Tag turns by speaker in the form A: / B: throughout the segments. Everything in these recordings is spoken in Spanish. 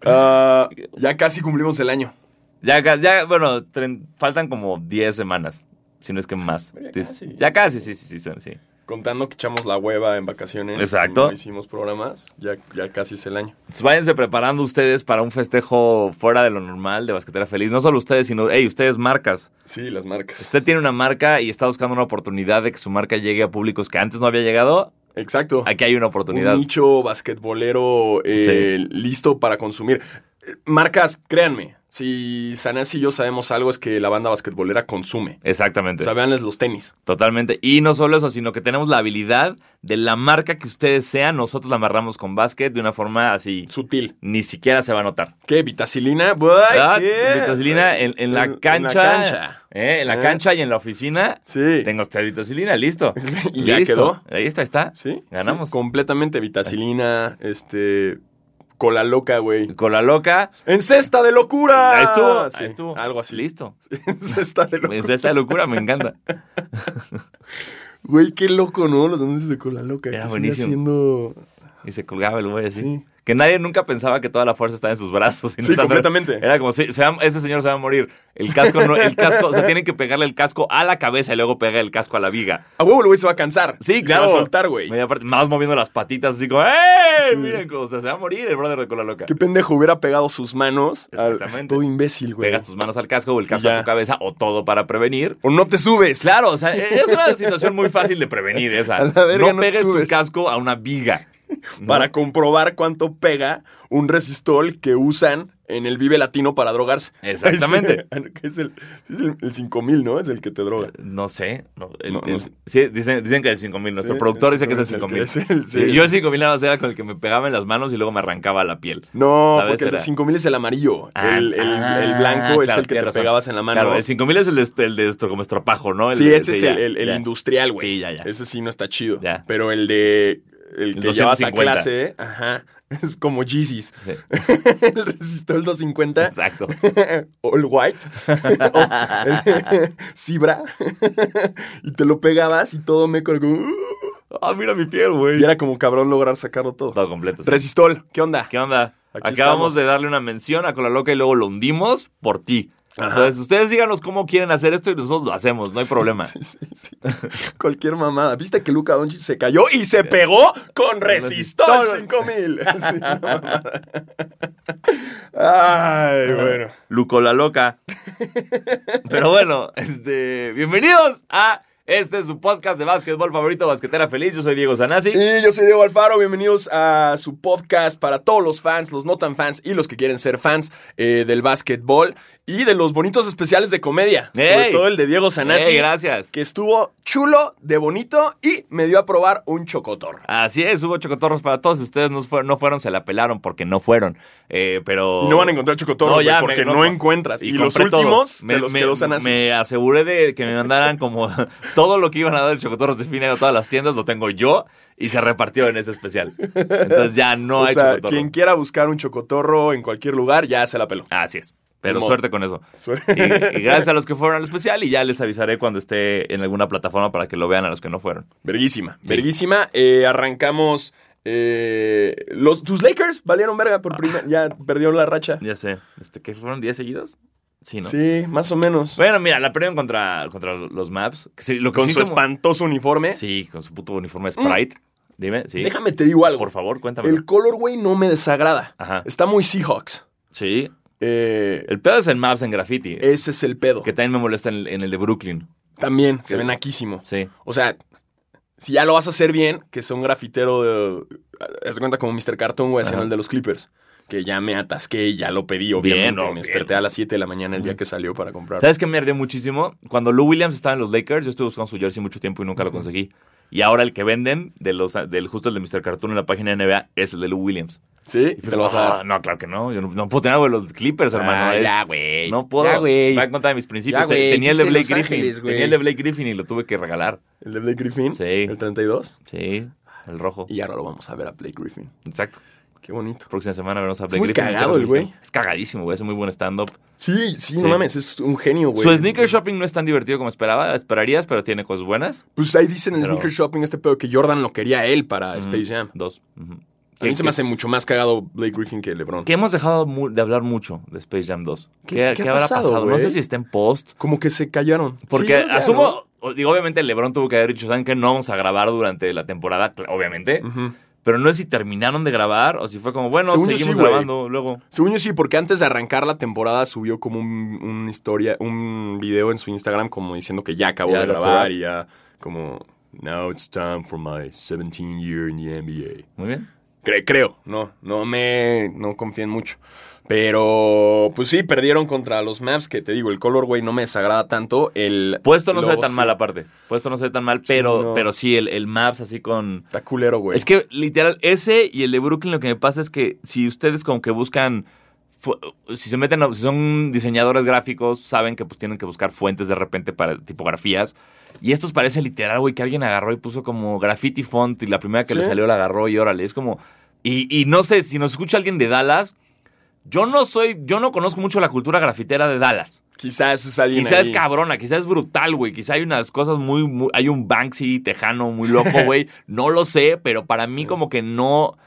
A: Ah, ya casi cumplimos el año.
B: Ya, ca- ya bueno, tren- faltan como 10 semanas, si no es que más.
A: Ah, Ya
B: Entonces,
A: casi.
B: ya casi, sí, sí, sí, sí, sí.
A: Contando que echamos la hueva en vacaciones.
B: Exacto.
A: No hicimos programas. Ya, ya casi es el año.
B: Entonces, váyanse preparando ustedes para un festejo fuera de lo normal de Basquetera Feliz. No solo ustedes, sino, hey, ustedes marcas.
A: Sí, las marcas.
B: Usted tiene una marca y está buscando una oportunidad de que su marca llegue a públicos que antes no había llegado.
A: Exacto.
B: Aquí hay una
A: Un
B: oportunidad.
A: nicho basquetbolero eh, listo para consumir. Eh, Marcas, créanme, si Sanasi y yo sabemos algo es que la banda basquetbolera consume.
B: Exactamente.
A: O sea, véanles los tenis.
B: Totalmente. Y no solo eso, sino que tenemos la habilidad de la marca que ustedes sean, nosotros la amarramos con básquet de una forma así.
A: Sutil.
B: Ni siquiera se va a notar.
A: ¿Qué? ¿Vitacilina? Buah,
B: ¿Verdad?
A: ¿qué?
B: Ah, Vitacilina en, en la
A: En- en la
B: cancha.
A: cancha.
B: ¿eh? En la
A: ¿Eh?
B: cancha y en la oficina.
A: Sí.
B: Tengo usted vitacilina, listo.
A: Y ya
B: Listo.
A: quedó.
B: Ahí está, está.
A: ¿Sí?
B: Ganamos.
A: sí, completamente. Vitacilina, este... Cola loca, güey.
B: Con la loca.
A: ¡En cesta de locura!
B: Ahí estuvo.
A: Ah, Sí,
B: Ahí estuvo.
A: Algo así.
B: Listo.
A: En cesta de locura.
B: Es esta locura, me encanta.
A: Güey, qué loco, ¿no? Los anuncios de cola loca.
B: Era
A: que siguen
B: buenísimo.
A: haciendo-
B: Y se colgaba el güey así.
A: Sí.
B: Que nadie nunca pensaba que toda la fuerza estaba en sus brazos. y no
A: Sí,
B: estaba-
A: completamente.
B: Era como, sí, se va- ese señor se va a morir. El casco, no, el casco, o sea, tienen que pegarle el casco a la cabeza y luego pegar el casco a la viga.
A: A huevo, el güey se va a cansar.
B: Sí,
A: Se va
B: claro.
A: a soltar, güey.
B: Media parte, más moviendo las patitas así como, ¡eh!
A: Sí.
B: Miren, o sea, se va a morir el brother de cola loca.
A: Qué pendejo hubiera pegado sus manos. al-
B: Exactamente.
A: todo imbécil, güey.
B: Pegas tus manos al casco o el casco
A: Y ya.
B: a tu cabeza o todo para prevenir.
A: O no te subes.
B: Claro, o sea, e-, es una situación muy fácil de prevenir esa.
A: A la verga,
B: no
A: no te
B: pegues tu
A: subes.
B: casco a una viga. ¿no?
A: Para comprobar cuánto pega un resistol que usan en el Vive Latino para drogarse.
B: Exactamente.
A: Ah, no, que es el, es el, el 5000, ¿no? Es el que te droga.
B: No sé. no, el-
A: No, no
B: el-
A: sé.
B: sí, dicen, dicen que el 5000. Nuestro
A: Sí,
B: productor
A: el
B: dice que es el
A: 5000,
B: 5000.
A: el que es el-
B: Sí,
A: sí.
B: Yo el 5000 nada más era con el que me pegaba en las manos y luego me arrancaba la piel.
A: No,
B: La vez
A: porque
B: era-
A: el 5000 es el amarillo.
B: Ah,
A: el, el-
B: ah,
A: el blanco es
B: claro,
A: el que te
B: tienes razón.
A: pegabas en la mano.
B: Claro, el 5000 es el de, est- el de esto, como estropajo, ¿no? El-
A: sí, ese es
B: ya,
A: el, el- el
B: ya.
A: industrial, güey.
B: Sí, ya, ya.
A: Ese sí no está chido.
B: Ya.
A: Pero el de. El
B: El
A: que llevas a
B: 250.
A: clase, ajá. Es como Yeezys.
B: Sí,
A: el resistol 250.
B: exacto.
A: All White, o el- Cibra, y te lo pegabas y todo me colgó.
B: Ah, mira mi piel, güey.
A: Y era como cabrón lograr sacarlo todo.
B: Todo completo. sí.
A: Resistol, ¿qué onda?
B: ¿Qué onda?
A: Aquí
B: Acabamos
A: estamos.
B: de darle una mención a Cola Loca y luego lo hundimos por ti.
A: Ajá.
B: Entonces, ustedes díganos cómo quieren hacer esto y nosotros lo hacemos, no hay problema.
A: Sí, sí, sí. Cualquier mamada. ¿Viste que Luca Doncic se cayó y se pegó con Resistol
B: Resistol.
A: 5000? Sí, una mamada. Ay, bueno.
B: Luco la loca. Pero bueno, este, bienvenidos a este su podcast de básquetbol favorito, Basquetera Feliz. Yo soy Diego Sanasi.
A: Y yo soy Diego Alfaro, bienvenidos a su podcast para todos los fans, los no tan fans y los que quieren ser fans eh, del básquetbol y de los bonitos especiales de comedia. Sobre
B: ¡Ey!
A: todo el de Diego Sanasi,
B: Ey, gracias.
A: que estuvo chulo, de bonito y me dio a probar un chocotor.
B: Así es, hubo chocotorros para todos. Si ustedes no, fue- no fueron, se la pelaron porque no fueron. Eh, pero...
A: Y no van a encontrar chocotorro,
B: No,
A: güey,
B: ya,
A: porque
B: me-
A: no,
B: no,
A: encuentras. Y, los
B: compré
A: últimos
B: todos.
A: te los quedó Sanasi.
B: me aseguré de que me mandaran como todo lo que iban a dar el chocotorros de fin de año a todas las tiendas, lo tengo yo y se repartió en ese especial. Entonces ya no
A: o
B: hay
A: sea,
B: chocotorro.
A: quien quiera buscar un chocotorro en cualquier lugar, ya se la peló.
B: Así es.
A: Ni
B: Pero
A: modo.
B: suerte con eso.
A: Suerte.
B: Y, y gracias a los que fueron al especial y ya les avisaré cuando esté en alguna plataforma para que lo vean a los que no fueron.
A: Verguísima, verguísima. Eh, arrancamos. eh, los, tus Lakers valieron verga por primera. Ya perdieron la racha.
B: Ya sé. Este, ¿Qué fueron? ¿10 seguidos? Sí, ¿no?
A: Sí, más o menos.
B: Bueno, mira, la perdieron contra, contra los Maps. Que sí, lo que
A: Con
B: sí
A: su
B: hizo-
A: espantoso uniforme.
B: Sí, con su puto uniforme Sprite. Dime, sí.
A: Mm. Déjame te digo algo.
B: Por favor, cuéntame.
A: El colorway no me desagrada.
B: Ajá.
A: Está muy Seahawks.
B: Sí.
A: Eh,
B: El pedo es en Maps en graffiti.
A: ese es el pedo.
B: Que también me molesta en, el- en el de Brooklyn.
A: También se
B: que-
A: ven naquísimo.
B: Sí.
A: O sea, si ya lo vas a hacer bien, que sea un grafitero de. Haz de cuenta como Mr. Cartoon, güey, haciendo
B: Ajá.
A: el de los Clippers. Que ya me atasqué y ya lo pedí,
B: Bien,
A: obviamente.
B: no,
A: me
B: bien.
A: desperté a las 7 de la mañana el día que salió para comprar.
B: ¿Sabes qué me ardió muchísimo? Cuando Lou Williams estaba en los Lakers, yo estuve buscando su jersey mucho tiempo y nunca lo conseguí. Y ahora el que venden, de los, del justo el de Mr. Cartoon en la página de NBA, es el de Lou Williams.
A: ¿Sí?
B: Y
A: Te lo vas a
B: ah,
A: dar.
B: No, claro que no. Yo no, no puedo tener algo de los Clippers, hermano.
A: Ah,
B: es-
A: ya, güey.
B: No puedo.
A: Ya, güey.
B: Me da cuenta de mis principios.
A: Ya, güey,
B: tenía el
A: dice
B: de Blake
A: Los
B: Griffin.
A: Ángeles, güey.
B: tenía el de Blake Griffin y lo tuve que regalar.
A: El de Blake Griffin.
B: Sí.
A: El 32.
B: Sí, el rojo.
A: Y ahora lo vamos a ver a Blake Griffin.
B: Exacto.
A: Qué bonito.
B: Próxima semana veremos a
A: Es
B: Blake
A: muy
B: Griffin.
A: cagado el güey.
B: Es cagadísimo, güey. Es un muy buen stand-up.
A: Sí, sí,
B: Sí.
A: no mames, es un genio, güey.
B: Su sneaker shopping no es tan divertido como esperaba. Esperarías, pero tiene cosas buenas.
A: Pues ahí dicen en el
B: Pero- Mm.
A: sneaker shopping este pedo que Jordan lo quería él para Space Jam.
B: Dos. Ujú.
A: A mí
B: Que-
A: se me
B: que-
A: hace mucho más cagado Blake Griffin que LeBron.
B: Que hemos dejado mu- de hablar mucho de Space Jam 2.
A: ¿Qué-
B: ¿Qué,
A: qué
B: qué
A: ha
B: habrá
A: pasado,
B: pasado? No
A: güey?
B: sé si está en post.
A: Como que se callaron. Sí,
B: Porque
A: yo creo que
B: asumo,
A: no.
B: o- digo, obviamente LeBron tuvo que haber dicho, ¿saben qué? No vamos a grabar durante la temporada, cl- obviamente.
A: Ujú.
B: Pero no es si terminaron de grabar o si fue como, bueno,
A: Según yo
B: seguimos
A: sí, güey.
B: grabando luego.
A: Según yo sí, porque antes de arrancar la temporada subió como un, un historia, un video en su Instagram como diciendo que ya acabó
B: Ya,
A: de
B: that's a
A: grabar
B: wrap.
A: y ya como now it's time for my 17 year in the NBA.
B: Muy bien.
A: Cre- creo, no, no me no confíen mucho. Pero pues sí perdieron contra los Maps que te digo, el color güey no me desagrada tanto, el
B: Puesto no se ve
A: logo
B: tan
A: sí
B: mal aparte. Puesto no se ve tan mal,
A: Sí,
B: pero
A: no.
B: pero sí, el, el Maps así con...
A: Está culero, güey.
B: Es que literal, ese y el de Brooklyn lo que me pasa es que si ustedes como que buscan... fu- Si se meten, a- si son diseñadores gráficos, saben que pues tienen que buscar fuentes de repente para tipografías. Y estos parece literal, güey, que alguien agarró y puso como graffiti font y la primera que le
A: Sí.
B: salió la agarró y órale, es como... Y, y no sé, si nos escucha alguien de Dallas, yo no soy, yo no conozco mucho la cultura grafitera de Dallas.
A: quizás es alguien
B: Quizás
A: ahí.
B: es cabrona, quizás es brutal, güey. Quizá hay unas cosas muy, muy- Hay un Banksy tejano muy loco, güey. No lo sé, pero para mí, como que no.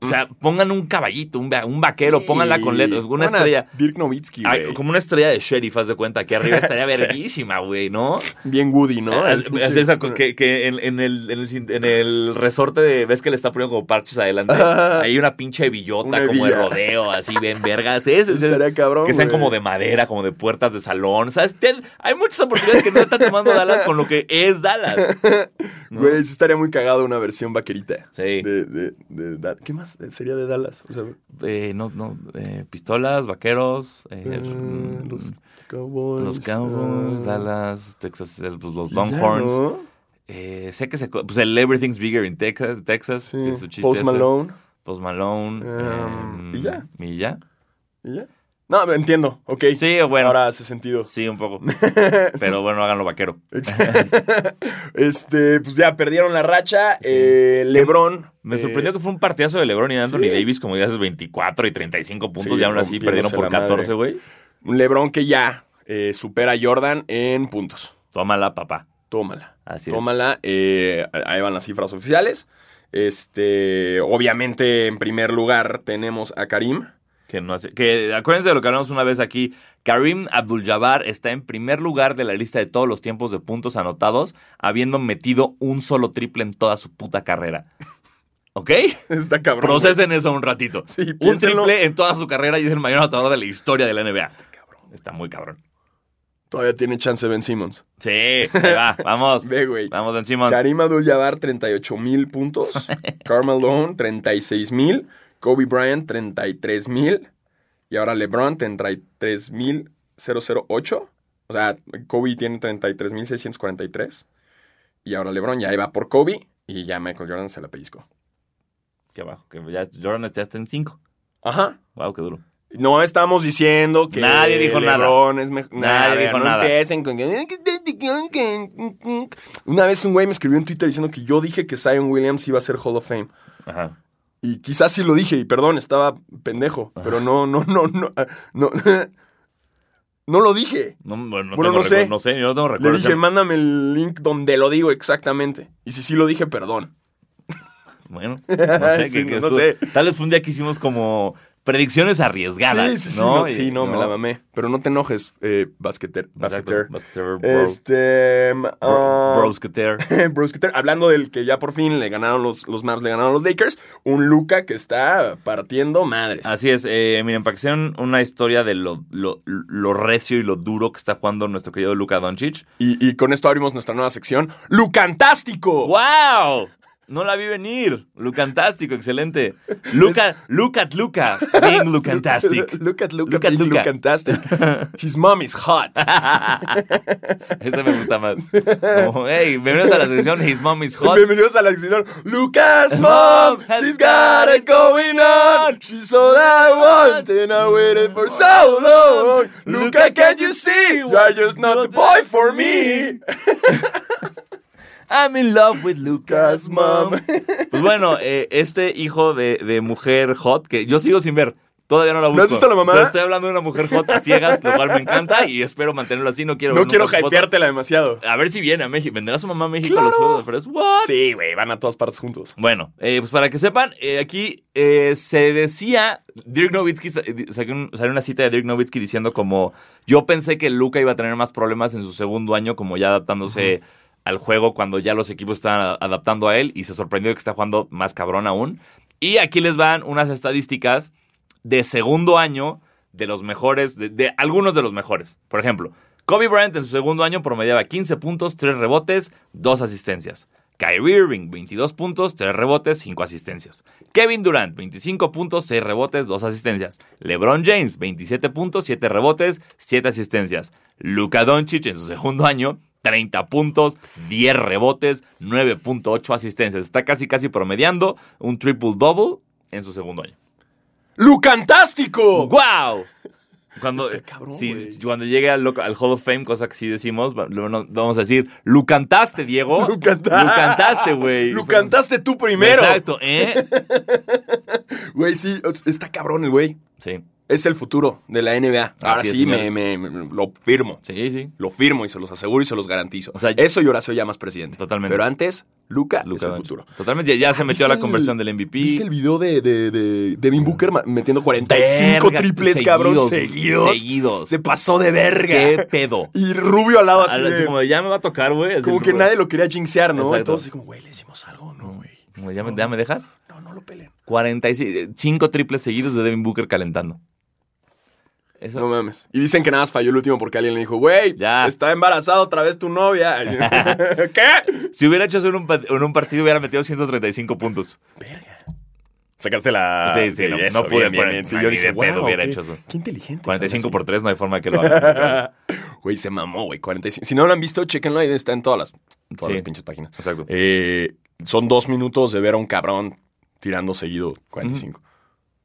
B: O sea, pongan un caballito, un, va- un vaquero,
A: Mm. Sí.
B: pónganla con letras, una
A: Pongan a
B: estrella.
A: Dirk Nowitzki,
B: Ay,
A: güey.
B: como una estrella de sheriff, haz de cuenta, que arriba estaría
A: Sí.
B: verguísima, güey, ¿no?
A: Bien Woody, ¿no?
B: Haz- haz esa con- que, que en, en el, en, el, cin- en el resorte de, ves que le está poniendo como parches adelante.
A: Ajá.
B: Ahí una pinche billota
A: Una
B: como de
A: hebilla.
B: rodeo, así, ven, vergas. Es, es-
A: Estaría cabrón,
B: que sean
A: güey.
B: como de madera, como de puertas de salón. ¿Sabes? Ten- hay muchas oportunidades que no está tomando Dallas con lo que es Dallas. ¿no?
A: Güey, sí estaría muy cagado una versión vaquerita.
B: Sí.
A: De, de, de Dal- ¿Qué más sería de Dallas? O sea,
B: Eh, no, no, eh, pistolas, vaqueros, eh,
A: eh,
B: mm,
A: los
B: los,
A: Cowboys.
B: Cowboys,
A: ah,
B: Dallas, Texas, eh, pues, los
A: y ya,
B: Longhorns.
A: ¿no?
B: Eh, sé que se. co- Pues el Everything's Bigger in Texas. Texas
A: Sí.
B: tiene su chiste
A: Post
B: ese.
A: Malone.
B: Post Malone.
A: Um,
B: eh,
A: ¿y ya?
B: ¿Y ya?
A: ¿Y ya? No, me entiendo. Ok.
B: Sí, bueno.
A: Ahora hace sentido.
B: Sí, un poco. Pero bueno, háganlo vaquero.
A: este, pues ya perdieron la racha.
B: Sí.
A: Eh, Lebron.
B: Me
A: eh,
B: sorprendió que fue un partidazo de LeBron y de Anthony
A: sí.
B: Davis, como ya haces 24 y 35 puntos,
A: Sí,
B: y aún así perdieron
A: rompiéndose
B: por
A: la madre.
B: 14, güey.
A: Lebron que ya eh, supera a Jordan en puntos.
B: Tómala, papá.
A: Tómala.
B: Así
A: Tómala. eh, ahí van las cifras oficiales. Este, obviamente, en primer lugar tenemos a Karim.
B: es. Que no hace- que acuérdense de lo que hablamos una vez aquí. Karim Abdul-Jabbar está en primer lugar de la lista de todos los tiempos de puntos anotados, habiendo metido un solo triple en toda su puta carrera. ¿Ok?
A: Está cabrón. güey.
B: Procesen eso un ratito.
A: Sí,
B: un
A: piénsenlo.
B: triple en toda su carrera y es el mayor anotador de la historia de la NBA.
A: Cabrón.
B: Está muy cabrón.
A: Todavía tiene chance Ben Simmons.
B: Sí, ahí va, vamos.
A: Ve, güey.
B: Vamos, Ben Simmons.
A: Karim Abdul-Jabbar, 38 mil puntos. Carmelo, 36 mil. Kobe Bryant, 33 mil. Y ahora LeBron, 33 mil 008. O sea, Kobe tiene 33 mil 643. Y ahora LeBron ya iba por Kobe. Y ya Michael Jordan se la pellizcó.
B: Qué bajo. Que ya Jordan está hasta en 5.
A: Ajá.
B: Wow, qué duro.
A: No estamos diciendo que
B: Nadie dijo nada.
A: LeBron es mejor.
B: Nadie dijo
A: no
B: nada.
A: empiecen con que- Una vez un güey me escribió en Twitter diciendo que yo dije que Zion Williams iba a ser Hall of Fame.
B: Ajá.
A: Y quizás sí lo dije, y perdón, estaba pendejo. Pero no, no, no, no. ah, No, no lo dije.
B: No, bueno, no,
A: Bueno,
B: tengo
A: no sé.
B: recuerdo- no sé, yo no tengo
A: Le
B: recuerdo.
A: dije, mándame el link donde lo digo exactamente. Y si sí lo dije, perdón.
B: Bueno, no sé.
A: Sí,
B: que- que
A: no
B: estuvo-
A: sé.
B: Tal vez fue un día que hicimos como predicciones arriesgadas.
A: sí, sí, sí,
B: ¿no?
A: no,
B: Y-
A: sí, no, me la mamé. Pero no te enojes, eh, basqueter.
B: Exacto,
A: basqueter.
B: Basketer, bro.
A: Este. ah,
B: Bro- brosketer.
A: Brusqueter, hablando del que ya por fin le ganaron los, los Maps, le ganaron los Lakers, un Luca que está partiendo madres.
B: Así es, eh, miren, para que sean una historia de lo, lo, lo recio y lo duro que está jugando nuestro querido Luka Doncic.
A: Y, y con esto abrimos nuestra nueva sección, ¡Lucantástico!
B: ¡Wow! No la vi venir. Lucantástico, excelente. Luca, look at Luca, being Lucantastic.
A: Look at Luca
B: Look at
A: being
B: Luca.
A: Lucantastic. His mom is hot.
B: Ese me gusta más. Como, hey, bienvenidos a la sección His Mom is Hot.
A: Bienvenidos a la sección Lucas mom, she's got it going on. She's all I want and I waited for so long. Luca, can you see? You're just not the boy for me.
B: I'm in love with
A: Lucas,
B: Lucas,
A: mom.
B: mom. Pues bueno, eh, este hijo de, de mujer hot, que yo sigo sin ver. Todavía no la busco.
A: has visto la mamada?
B: Pero estoy hablando de una mujer J a ciegas, lo cual me encanta y espero mantenerlo así. No quiero. ver
A: No quiero
B: nunca su foto.
A: hypeártela demasiado.
B: A ver si viene a México. Vendrá su mamá a México a
A: Claro.
B: los Juegos de Fresno. What?
A: Sí, güey, van a todas partes juntos.
B: Bueno, eh, pues para que sepan, eh, aquí eh, se decía, Dirk Nowitzki, sa- eh, sacó un- salió una cita de Dirk Nowitzki diciendo como, yo pensé que Luca iba a tener más problemas en su segundo año, como ya adaptándose al juego cuando ya los equipos estaban a- adaptando a él y se sorprendió de que está jugando más cabrón aún. Y aquí les van unas estadísticas de segundo año de los mejores, de, de algunos de los mejores. Por ejemplo, Kobe Bryant en su segundo año promediaba 15 puntos, 3 rebotes, 2 asistencias. Kyrie Irving, 22 puntos, 3 rebotes, 5 asistencias. Kevin Durant, 25 puntos, 6 rebotes, 2 asistencias. LeBron James, 27 puntos, 7 rebotes, 7 asistencias. Luka Doncic en su segundo año, 30 puntos, 10 rebotes, 9.8 asistencias. Está casi casi promediando un triple-double en su segundo año.
A: ¡Lucantástico!
B: ¡Wow! Cuando,
A: Este cabrón,
B: sí,
A: güey.
B: sí, cuando llegue al, loca- al Hall of Fame, cosa que sí decimos, va- lo- no- vamos a decir, lucantaste, Diego.
A: Lucanta-
B: Lucantaste, güey.
A: Lo cantaste tú primero.
B: Exacto, ¿eh?
A: Güey, sí, es- está cabrón el güey.
B: Sí,
A: Es el futuro de la NBA. Ahora
B: Así es,
A: sí, me,
B: señores.
A: me- me- lo firmo.
B: sí, sí.
A: Lo firmo y se los aseguro y se los garantizo.
B: O sea,
A: Eso y Horacio Llamas presidente.
B: Totalmente.
A: Pero antes, Luca,
B: Luka
A: es el
B: Doncic.
A: futuro. Ah,
B: Totalmente, ya, ya se metió a la
A: ¿Viste el-
B: conversión del MVP.
A: ¿Viste el video de, de, de Devin Booker ma- metiendo 45
B: Verga,
A: triples, cabrón,
B: seguidos.
A: seguidos?
B: Seguidos.
A: Se pasó de
B: ¿Qué
A: verga.
B: pedo?
A: Y Rubio al lado así,
B: Así
A: de- como,
B: como de, ya me va a tocar, güey. así
A: que nadie lo quería jinxear, ¿no?
B: Exacto.
A: Entonces, como, güey, ¿le hicimos algo? No, güey.
B: Como, ¿Ya me, ya me dejas?
A: No, no lo peleen.
B: 45 eh, cinco triples seguidos de Devin Booker calentando. Eso,
A: No mames. Y dicen que nada más falló el último porque alguien le dijo, güey,
B: Ya.
A: está embarazada otra vez tu novia. ¿Qué?
B: Si hubiera hecho eso en un, pa- en un partido, hubiera metido 135 puntos.
A: Verga. Sacaste la.
B: Sí, sí, no- no pude poner-
A: Sí,
B: no,
A: yo
B: ni
A: dije,
B: de pedo
A: "Guau,
B: hubiera
A: qué-
B: hecho eso".
A: Qué inteligente.
B: 45
A: son
B: por 3, no hay forma de que lo haga.
A: así. Güey, se mamó, güey. 45. Si no lo han visto, chéquenlo. Ahí está en todas las, todas
B: Sí.
A: las pinches páginas.
B: Exacto.
A: Eh, son dos minutos de ver a un cabrón tirando seguido 45.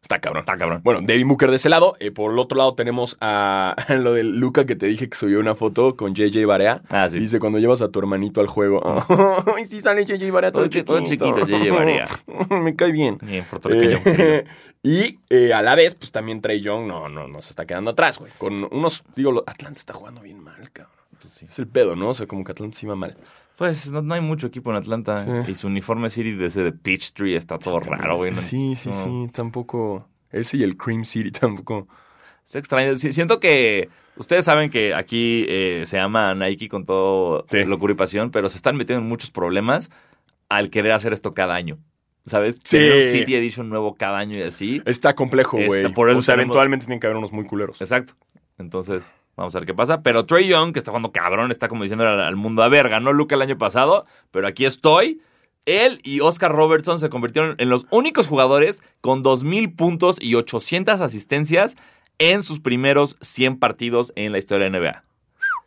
A: Está cabrón.
B: Está cabrón.
A: Bueno, Devin Booker de ese lado. Eh, por el otro lado tenemos a lo de Luca que te dije que subió una foto con JJ Barea.
B: Ah, sí.
A: Dice, cuando llevas a tu hermanito al juego. Ay, sí sale JJ Barea todo,
B: Todo chi- todo chiquito, JJ Barea.
A: Me cae bien.
B: Bien, Puerto Riqueño, querido.
A: Eh, y eh, a la vez, pues también Trey Young no, no, no se está quedando atrás, güey. Con unos, digo, lo- Atlanta está jugando bien mal, cabrón.
B: Pues sí.
A: Es el pedo, ¿no? O sea, como que Atlanta sí va mal.
B: Pues no, no hay mucho equipo en Atlanta.
A: Sí.
B: Y su uniforme City de ese de Peachtree está todo raro, güey. ¿no?
A: Sí, sí,
B: No.
A: sí, tampoco. Ese y el Cream City tampoco.
B: Está extraño. Sí, siento que. Ustedes saben que aquí eh, se ama Nike con todo
A: Sí.
B: locura y pasión, pero se están metiendo en muchos problemas al querer hacer esto cada año. ¿Sabes?
A: Sí.
B: Tener un City Edition nuevo cada año y así.
A: Está complejo,
B: Está-
A: güey.
B: Este, por eso
A: o sea,
B: tenemos-
A: eventualmente tienen que haber unos muy culeros.
B: Exacto. Entonces, vamos a ver qué pasa. Pero Trey Young, que está jugando cabrón, está como diciendo al, al mundo, a ver, ganó Luca el año pasado, pero aquí estoy. Él y Oscar Robertson se convirtieron en los únicos jugadores con 2.000 puntos y 800 asistencias en sus primeros 100 partidos en la historia de la NBA.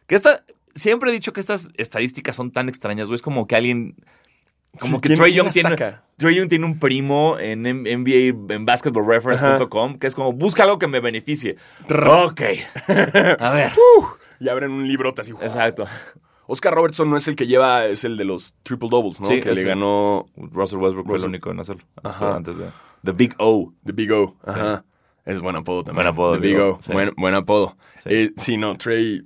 B: Que esta, siempre he dicho que estas estadísticas son tan extrañas, güey. Es como que alguien... Como
A: Sí,
B: que
A: ¿quién-
B: Trey
A: quién
B: Young
A: la
B: tiene...
A: saca?
B: Trey Young tiene un primo en M- NBA, en basketballreference.com, que es como, busca algo que me beneficie. Ok. A ver.
A: Y abren un librote así.
B: Exacto.
A: Oscar Robertson no es el que lleva, es el de los triple doubles, ¿no?
B: Sí,
A: que le
B: ese.
A: ganó
B: Russell Westbrook fue el
A: Russell-
B: único en hacerlo. Después,
A: Ajá.
B: Antes de. The Big O.
A: The Big O. Ajá. Es buen apodo también.
B: Buen apodo,
A: The Big O.
B: sí.
A: Buen, buen apodo.
B: Sí.
A: Eh, sí, no, Trey.